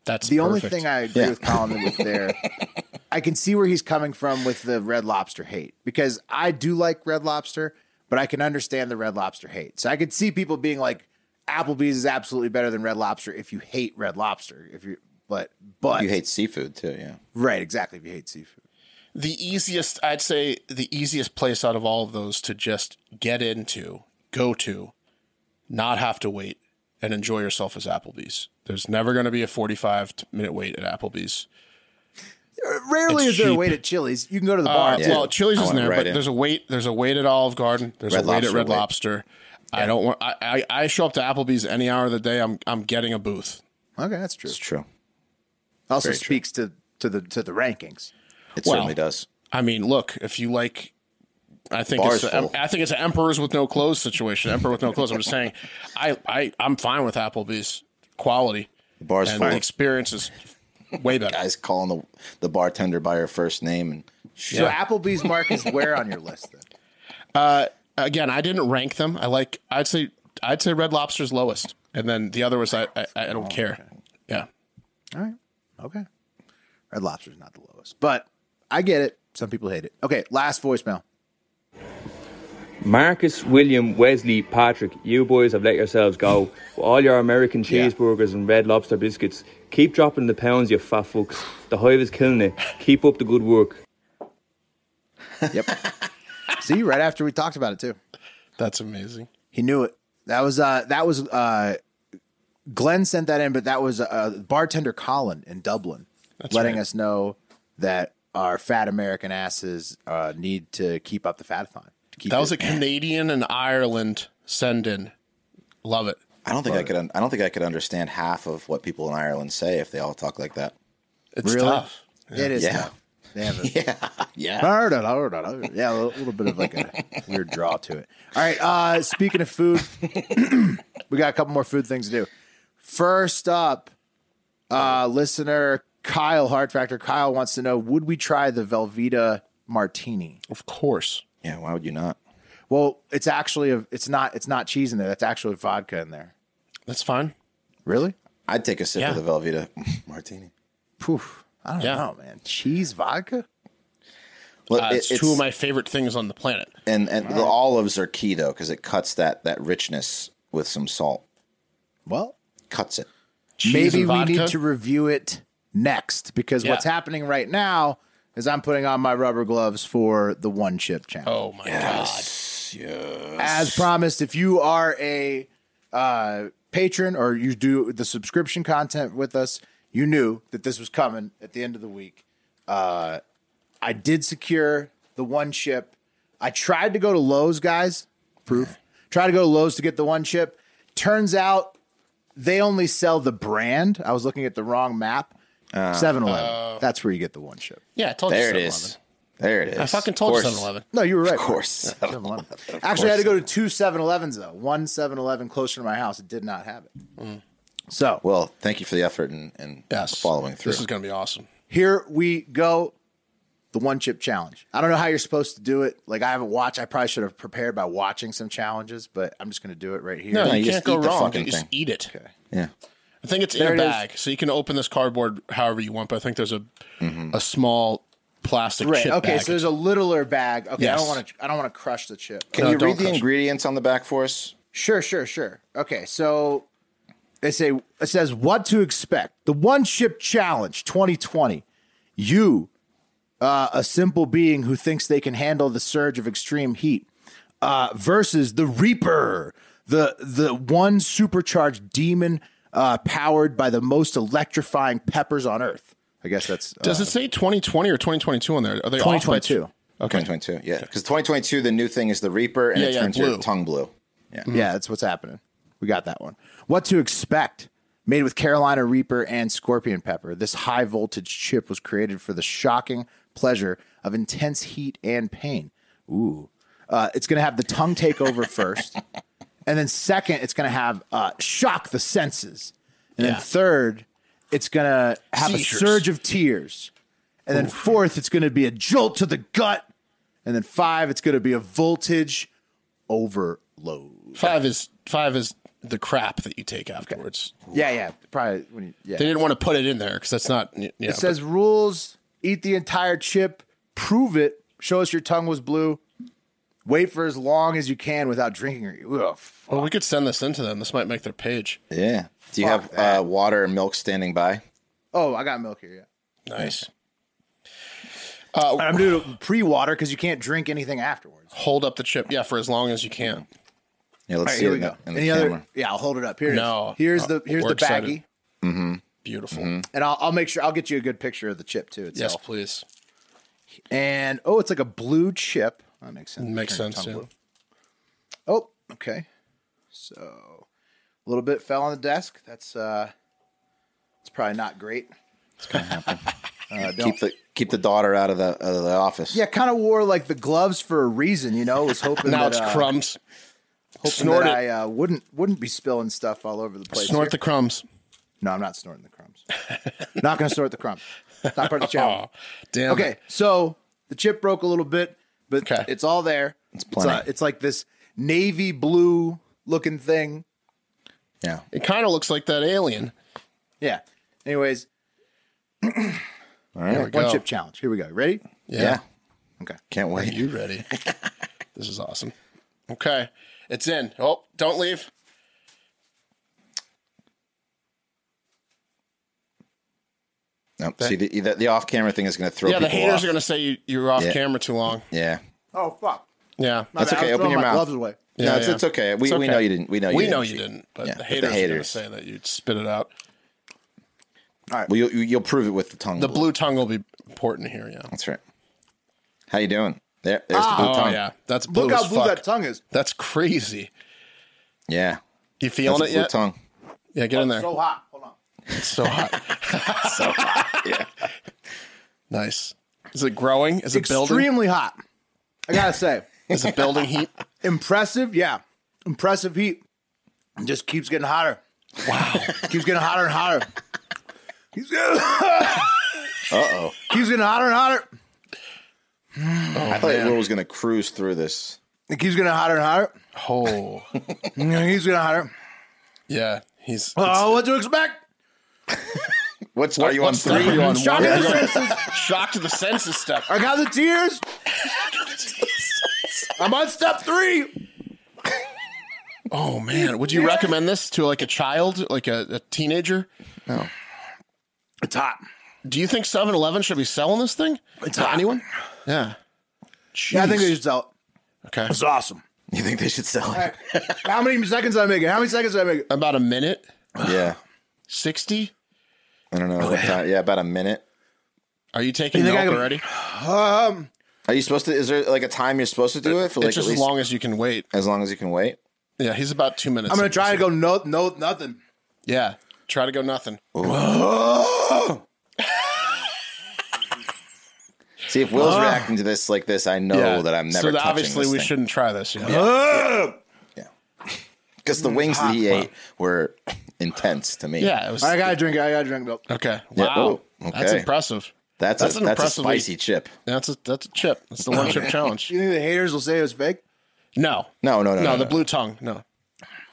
B: That's
D: the only thing I agree
A: Yeah.
D: with Colin with there. I can see where he's coming from with the Red Lobster hate because I do like Red Lobster, but I can understand the Red Lobster hate. So I could see people being like, Applebee's is absolutely better than Red Lobster if you hate Red Lobster. If you, but but
A: you hate seafood too, yeah.
D: right exactly if you hate seafood.
B: the easiest i'd say the easiest place out of all of those to just get into go to not have to wait and enjoy yourself is applebee's there's never going to be a 45 minute wait at applebee's
D: Rarely
B: It's
D: is there a
B: cheap.
D: wait at Chili's. You can go to the bar.
B: Uh,
D: too.
B: well chili's is there but there's a wait there's a wait at olive garden there's
A: Red
B: a wait at
A: Lobster
B: red
A: wait.
B: lobster i don't want I, I i show up to applebee's any hour of the day i'm i'm getting a booth
D: okay, that's true.
A: It's true.
D: Also
B: Very true.
D: speaks to to the to the rankings.
A: It
B: Well,
A: certainly does.
B: I mean, look, if you like, I think
A: Bar's
B: it's a,
A: full.
B: I think it's an emperors with no clothes situation. Emperor with no clothes. I'm just saying, I I I'm fine with Applebee's quality. The
A: bar's
B: and
A: full.
B: the experience is way better.
A: Guys calling the the bartender by her first name and
D: So Applebee's mark is where on your list then?
B: Uh, again, I didn't rank them. I like I'd say I'd say Red Lobster's lowest, and then the other was I. I, I don't care. Yeah.
D: All right. Okay. Red Lobster's not the lowest, but I get it. Some people hate it. Okay. Last voicemail.
N: Marcus, William, Wesley, Patrick, you boys have let yourselves go. With all your American cheeseburgers and red lobster biscuits. Keep dropping the pounds, you fat fucks. The hive is killing it. Keep up the good work.
D: Yep. See, right after we talked about it too.
B: That's amazing.
D: He knew it. That was uh that was uh Glenn sent that in, but that was uh bartender Colin in Dublin
B: That's
D: letting
B: right.
D: us know that our fat American asses uh need to keep up the fatathon. To keep
B: that was
D: it-
B: a Canadian and Ireland send in. Love it.
A: I don't think
B: Love
A: I could. Un- I don't think I could understand half of what people in Ireland say if they all talk like that.
B: It's Really? tough.
D: It is
A: Yeah.
D: tough. They have a,
A: yeah, yeah.
D: Yeah, a little bit of like a weird draw to it. All right. Uh, speaking of food, we got a couple more food things to do. First up, uh, listener Kyle Heart Factor. Kyle wants to know: Would we try the Velveeta Martini?
B: Of course.
A: Yeah. Why would you not?
D: Well, it's actually a, it's not it's not cheese in there. That's actually vodka in there.
B: That's fine.
D: Really?
A: I'd take a sip of the Velveeta martini.
D: Poof. I don't know, man. Cheese vodka.
A: Well,
B: Uh,
A: it-
B: it's, two of my favorite things on the planet.
A: and and the olives are key though because it cuts that that richness with some salt.
D: Well,
A: cuts it.
D: Maybe we need to review it next because
A: Yeah.
D: what's happening right now is I'm putting on my rubber gloves for the one chip challenge.
B: Oh my
A: god! Yes.
D: As promised, if you are a uh, patron or you do the subscription content with us, you knew that this was coming at the end of the week. Uh, I did secure the one chip. I tried to go to Lowe's, guys. Proof. Tried to go to Lowe's to get the one chip. Turns out they only sell the brand. I was looking at the wrong map. Seven Eleven.
B: Oh.
D: That's where you get the one chip.
B: Yeah, I told you
A: there it
B: 7-Eleven.
A: is. There it is.
B: I fucking told you
A: Of course.
B: 7-Eleven.
D: No, you were right.
A: Of course.
D: Actually, I had to go to two 7 Elevens, though. One 7 Eleven closer to my house. It did not have it.
B: Mm.
D: So
A: well, thank you for the effort and and following through.
B: This is going to be awesome.
D: Here we go. The one chip challenge. I don't know how you're supposed to do it. Like, I haven't watched. I probably should have prepared by watching some challenges, but I'm just going to do it right here.
B: No, you, can't go wrong. You just eat it.
A: Yeah.
B: I think it's
D: There
B: in
D: it
B: a
D: is.
B: bag, so you can open this cardboard however you want. But I think there's a a small plastic
D: Mm-hmm. Right.
B: chip
D: Okay.
B: bag.
D: So there's a littler bag. Okay. I
B: Yes.
D: don't want to. I don't want to crush the chip.
A: Can you read the ingredients on the back for us?
D: Sure, sure, sure. Okay, so they say it says what to expect. The one chip challenge 2020. You, uh, a simple being who thinks they can handle the surge of extreme heat, uh, versus the Reaper, the the one supercharged demon uh, powered by the most electrifying peppers on Earth. I guess that's uh,
B: Does it say 2020 or 2022 on there? Are they off by two?
D: 2022.
B: Okay.
A: 2022. Yeah. Because 2022, the new thing is the Reaper, and
D: Yeah,
A: it
D: yeah,
A: turns your
D: blue.
A: tongue blue. Yeah.
D: Yeah, that's what's happening. We got that one. What to expect? Made with Carolina Reaper and Scorpion Pepper, this high voltage chip was created for the shocking pleasure of intense heat and pain. Ooh. Uh, it's going to have the tongue takeover first. And then, second, it's going to have uh, shock the senses. And
B: Yeah.
D: then, third, it's going to have
B: Seizures.
D: a surge of tears. And then, fourth, it's going to be a jolt to the gut. And then, five, it's going to be a voltage overload.
B: Five is five is the crap that you take afterwards.
D: Yeah, yeah, probably. When you, yeah.
B: They didn't want to put it in there because that's not. You know,
D: it says rules: eat the entire chip, prove it, show us your tongue was blue, wait for as long as you can without drinking. Or, ugh,
B: Well, we could send this into them. This might make their page.
A: Yeah. Do you have uh, water and milk standing by?
D: oh, I got milk here.
B: Nice.
D: Yeah, I'm doing pre-water because you can't drink anything afterwards.
B: Hold up the chip, yeah, for as long as you can.
A: Yeah, let's
D: All right,
A: see
D: here
A: it
D: we
A: in the,
D: go.
A: in the
D: Any
A: camera.
D: other- Yeah, I'll hold it up. Here it is.
B: No.
D: Here's
B: Uh,
D: the here's
B: we're
D: the
B: excited.
D: baggie,
A: Mm-hmm.
B: Beautiful.
D: and I'll, I'll make sure I'll get you a good picture of the chip too. Itself.
B: Yes, please.
D: And oh, it's like a blue chip. That makes sense.
B: Makes
D: Turn your
B: sense,
D: tongue
B: yeah.
D: blue. Oh, okay. So a little bit fell on the desk. That's uh, it's probably not great. Uh,
A: keep the keep the daughter out of the out of the office.
D: Yeah, kind of wore like the gloves for a reason. You know, was hoping
B: Now
D: that,
B: it's
D: uh,
B: crumbs.
D: Hoping
B: Snort
D: that
B: it.
D: I uh, wouldn't wouldn't be spilling stuff all over the place.
B: Snort
D: here.
B: the crumbs.
D: No, I'm not snorting the crumbs. not going to snort the crumbs. It's not part of the challenge.
B: Damn.
D: okay,
B: it.
D: so the chip broke a little bit, but it's all there. It's,
A: plenty.
D: uh, it's like this navy blue looking thing.
A: Yeah.
B: It kind of looks like that alien.
D: Yeah. Anyways,
A: All
D: one
A: right.
D: chip challenge. Here we go. Ready?
B: Yeah.
A: Okay. Can't wait.
B: Are you ready? this is awesome. Okay. It's in. Oh, don't leave.
A: Nope. See, the, the, the off camera thing is going to throw
B: yeah, the
A: people
B: haters
A: off.
B: are going to say you, you're off
A: Yeah.
B: camera too long.
A: Yeah.
D: Oh fuck.
B: Yeah.
A: That's okay. Open your mouth. No, it's, it's okay. We,
B: It's
A: we know you didn't. We know you
B: we
A: didn't.
B: know you
A: cheat.
B: didn't. But
A: Yeah,
B: the haters, are going to say that you spit it out.
A: All right. Well, you'll, you'll prove it with the tongue.
B: The
A: blue.
B: blue tongue will be important here. Yeah.
A: That's right. How you doing? There, there's
B: Ah.
A: the blue
B: Oh,
A: tongue.
B: yeah. That's blue
D: Look
B: as
D: how blue
B: fuck.
D: that tongue is.
B: That's crazy.
A: Yeah.
B: You feeling
A: That's
B: it
A: a blue
B: yet?
A: tongue. Oh,
B: Yeah, get in there.
D: So hot. Hold
B: It's so hot.
A: so hot. Yeah.
B: Nice. Is it growing? Is it building?
D: Extremely hot. I gotta say.
B: Is it building heat?
D: Impressive, yeah. Impressive heat. It just keeps getting hotter. Wow. keeps getting hotter and hotter. Keeps getting,
A: Uh oh.
D: keeps getting hotter and hotter.
A: I thought Will was going to cruise through this.
D: It keeps getting hotter and hotter.
B: Oh.
D: Yeah, He's getting hotter.
B: Yeah. He's.
D: Oh, what to expect?
A: What's
B: What-
A: are you on
B: what's
A: three?
B: that?
A: Are you on
D: Shock to
A: one?
D: the
A: Are you on-
D: senses.
B: Shock to the senses step.
D: I got the tears. I'm on step three.
B: Oh man, would you recommend this to like a child, like a, a teenager?
A: No.
D: It's hot.
B: Do you think 7-Eleven should be selling this thing
D: It's
B: to
D: hot.
B: anyone? Yeah.
D: Yeah, I think
B: Jeez.
D: they just out.
B: Okay.
D: It's awesome.
A: You think they should sell it?
D: How many seconds did I make it? How many seconds did I make it?
B: About a minute,
A: Yeah.
B: sixty.
A: I don't know.
B: Oh,
A: What time. Yeah, about a minute.
B: Are you taking
D: You
B: milk
D: think I can-
B: already?
D: Um,
A: Are you supposed to? Is there like a time you're supposed to do it for like
B: it's just
A: at
B: as
A: least
B: long as you can wait.
A: as long as you can wait?
B: Yeah, he's about two minutes.
D: I'm gonna
B: in,
D: try
B: so-
D: to go no, no, nothing.
B: Yeah, try to go nothing.
A: See if Will's reacting to this like this. I know
B: Ah. yeah.
A: Oh, that I'm
B: So
A: never.
B: that
A: touching
B: obviously
A: this
B: we
A: thing.
B: shouldn't try this. Yeah.
A: because the wings that he ate were intense to me.
B: Ah. Yeah, it was,
D: I gotta drink it. I gotta drink milk.
B: okay.
A: Yeah,
B: Wow,
A: oh,
B: that's
A: okay.
B: impressive.
A: that's
B: That's
A: a,
B: an
A: that's a
B: impressive-
A: spicy chip.
B: That's a that's a chip. That's the one chip challenge.
D: You think the haters will say it was fake?
B: No,
A: No, no, no, no.
B: no, the
A: no.
B: blue tongue. No,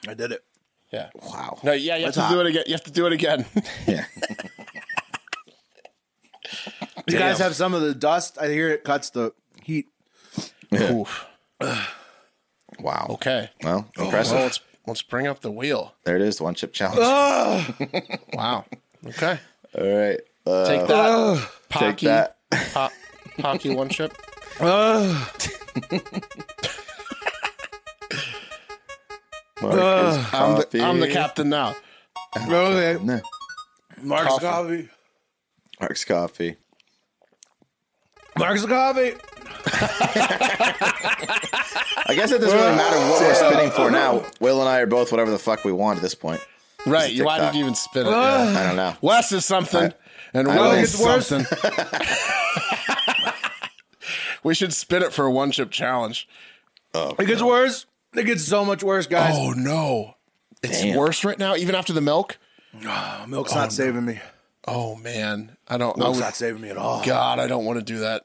D: I did it.
B: yeah,
A: Wow.
B: no, yeah. You have
D: That's
B: to do
D: hot.
B: it again. You have to do it again.
D: You
A: Yeah.
D: guys have some of the dust. I hear it cuts the heat.
B: Oof.
A: Wow.
B: Okay. Oh,
A: Well,
B: Well, Ah!
A: impressive.
B: let's let's bring up the wheel.
A: there it is. One chip challenge.
B: Wow. Okay.
A: All right. Uh,
B: Take that. Ah!
A: take
B: Pocky.
A: that.
B: Po- Pocky one chip.
A: Mark is
B: I'm the, I'm the
A: coffee.
B: captain now.
D: Okay.
A: No.
D: Mark's
B: Coffee.
D: coffee.
A: Mark's coffee.
D: Mark's coffee.
A: I guess it doesn't
B: Ah!
A: really matter what we're spinning for now. Will and I are both whatever the fuck we want at this point.
B: Right. You, why did
A: TikTok.
B: you even spit it? Yeah.
A: I don't know.
B: Wes is something, and
A: I
B: Will
A: will-
B: is
A: It's worse.
B: something. we should spin it for a one chip challenge.
D: It gets worse. It gets so much worse, guys.
B: Oh no, it's
A: Damn.
B: worse right now. Even after the milk.
D: Oh, Milk's not saving me.
B: Oh man, I don't. I
D: Milk's
B: would-
D: not saving me at all.
B: God, I don't want to do that.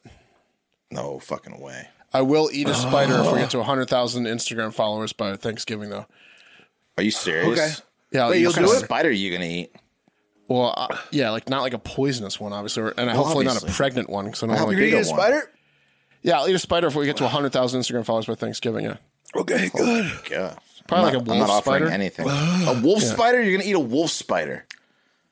A: No fucking way.
B: I will eat a spider if we get to 100,000 Instagram followers by Thanksgiving, though.
A: Are you serious?
D: Okay.
B: Yeah, I'll
D: Wait,
B: eat
D: you'll
B: a
A: What kind
D: do
A: of
D: it?
A: spider are you gonna eat?
B: Well, uh, yeah, like not like a poisonous one, obviously, or, and hopefully
A: obviously.
B: not a pregnant one because I don't
A: Well,
B: want
D: You're
B: to.
D: gonna
A: big
B: Like,
D: eat
A: a
D: a
A: one.
D: spider?
B: yeah, I'll eat a spider if we get to 100,000 Instagram followers by Thanksgiving. Yeah,
D: Okay, good.
A: God.
B: Probably like
A: I'm
B: a
A: not, I'm not
B: wolf
A: offering
B: spider. Ah!
A: anything. a wolf spider? You're gonna eat a wolf spider?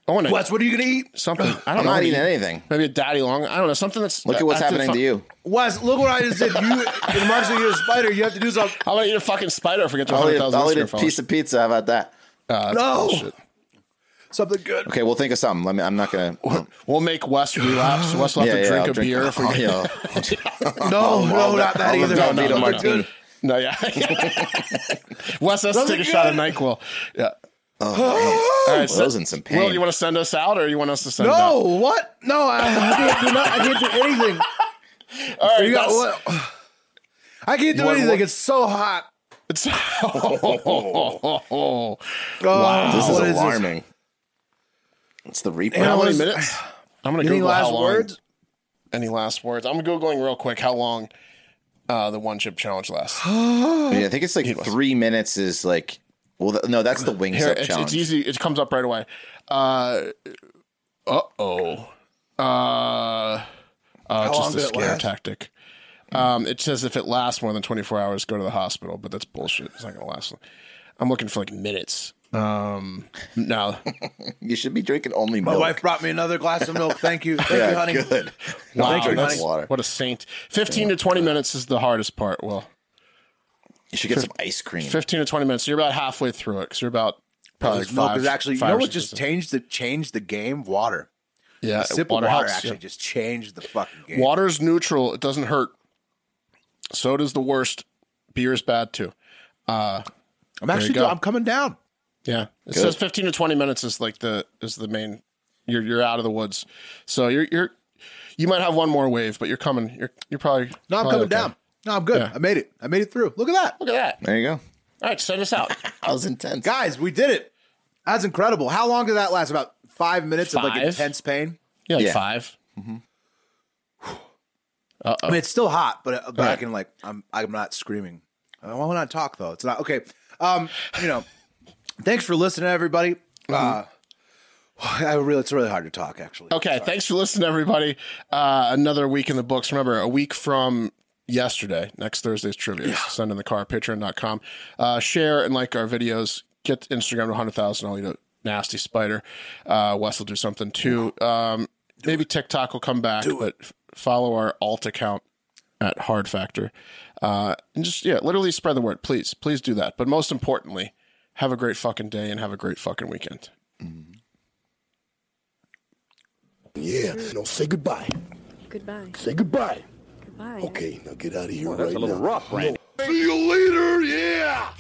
B: I want to
D: Wes, what are you gonna eat?
B: something. I don't
A: I'm
B: know.
A: not
B: Maybe-
A: eating anything.
B: Maybe a daddy long. I don't know something that's.
A: Look at what's
B: I have
A: happening
B: fu-
A: to you.
D: Wes, look what I just did. You, if Mark's gonna eat a spider, you have to do something.
B: I'm gonna eat a fucking spider if we get to
A: I'll eat, a-
B: 100,000
A: I'll eat
B: Instagram
A: a
B: followers.
A: piece of Oh. pizza. How about that?
D: no,
B: Bullshit.
D: something good.
A: Okay, we'll think of something. Let me. I'm not gonna.
B: We'll make Wes relapse. Wes will have to drink
A: I'll
B: a beer if we
A: I'll-
B: get.
A: yeah.
D: No,
A: I'll-
D: no, not that
A: I'll
D: either.
A: have a
B: No,
A: Velveeta
B: no, no.
A: martini.
B: No, yeah. Wes has to
D: Those
B: take a
D: are
B: shot of
D: good.
B: NyQuil. Yeah.
A: Oh,
B: All
A: man.
B: right, so-
A: Will's in some pain.
B: Will, you want to send us out or you want us to send it
D: No,
B: out?
D: what? No, I, I can't do not, I can't do anything.
B: All right,
D: You got
B: that's-
D: what? I can't do
B: want
D: anything.
B: one?
D: It's so hot.
B: It's,
D: Oh, wow,
A: This is alarming. It's the Reaper.
D: Yeah,
B: how many
D: was-
B: minutes? I'm gonna
D: Any
B: Google how
D: last
B: long.
D: words?
B: Any last words? I'm googling real quick how long uh, the one chip challenge lasts.
A: I, mean, I think it's like three minutes is like Well, th- no, that's the wings
B: Here,
A: up
B: it's,
A: challenge.
B: it's easy. It comes up right away. Uh oh. Uh, uh
A: long
B: just
A: did
B: a
A: it
B: scare
A: last?
B: tactic. Um, it says if it lasts more than 24 hours, go to the hospital, but that's bullshit. It's not gonna last. long. I'm looking for like minutes. Um, no,
A: you should be drinking only
D: My wife brought me another glass of milk. Thank you. Thank you, honey.
B: Wow,
D: Thank you,
B: that's-
D: honey.
B: what a saint. 15 to 20 minutes is the hardest part. Well,
A: you should get some ice cream.
B: 15 to 20 minutes. So you're about halfway through it because you're about probably
D: This milk
B: five-
D: is actually. You
B: five
D: know
B: or
D: what
B: six
D: just
B: percent.
D: changed the changed the game? Water.
B: Yeah,
D: a sip
B: water
D: of water
B: helps,
D: actually
B: yeah.
D: just changed the fucking game.
B: Water's neutral. It doesn't hurt. Soda's the worst. Beer's bad too. Uh,
D: I'm
B: there you
D: actually.
B: go.
D: I'm coming down.
B: yeah. It
D: Good.
B: says 15 to 20 minutes is like the is the main. You're you're out of the woods, so you're you're you might have one more wave, but you're coming. You're you're probably
D: No, I'm
B: probably
D: coming
B: Oh, okay.
D: down. No, I'm good.
B: Yeah.
D: I made it. I made it through. Look at that.
B: Look at that.
A: There you go.
B: All right, send us out.
A: that was intense,
D: guys. We did it. That's incredible. How long did that last? About five minutes of like
B: Five?
D: intense pain.
B: Yeah, like five. Uh-oh.
D: I mean, it's still hot, but, uh, but I
B: Oh. Right.
D: can like I'm I'm not screaming. I want to talk though. It's not okay. Um, you know, thanks for listening, everybody.
A: Mm-hmm.
D: Uh, I really, it's really hard to talk actually.
B: Okay, thanks for listening, everybody. Uh, another week in the books. Remember, a week from yesterday, next Thursday's trivia. Send in the car, patreon.com. Uh, share and like our videos. Get Instagram to 100,000. I'll eat a nasty spider. Uh, Wes will do something too. Um, maybe TikTok will come back, but f- follow our alt account at Hard Factor. Uh, and just, yeah, literally spread the word. Please, please do that. But most importantly, have a great fucking day and have a great fucking weekend.
C: Yeah. No, say goodbye.
P: Goodbye.
C: Say goodbye.
P: Goodbye.
C: Okay, now get out of here
Q: Well, that's
C: right
Q: a little
C: now.
Q: rough, Randy.
C: No. See you later. Yeah.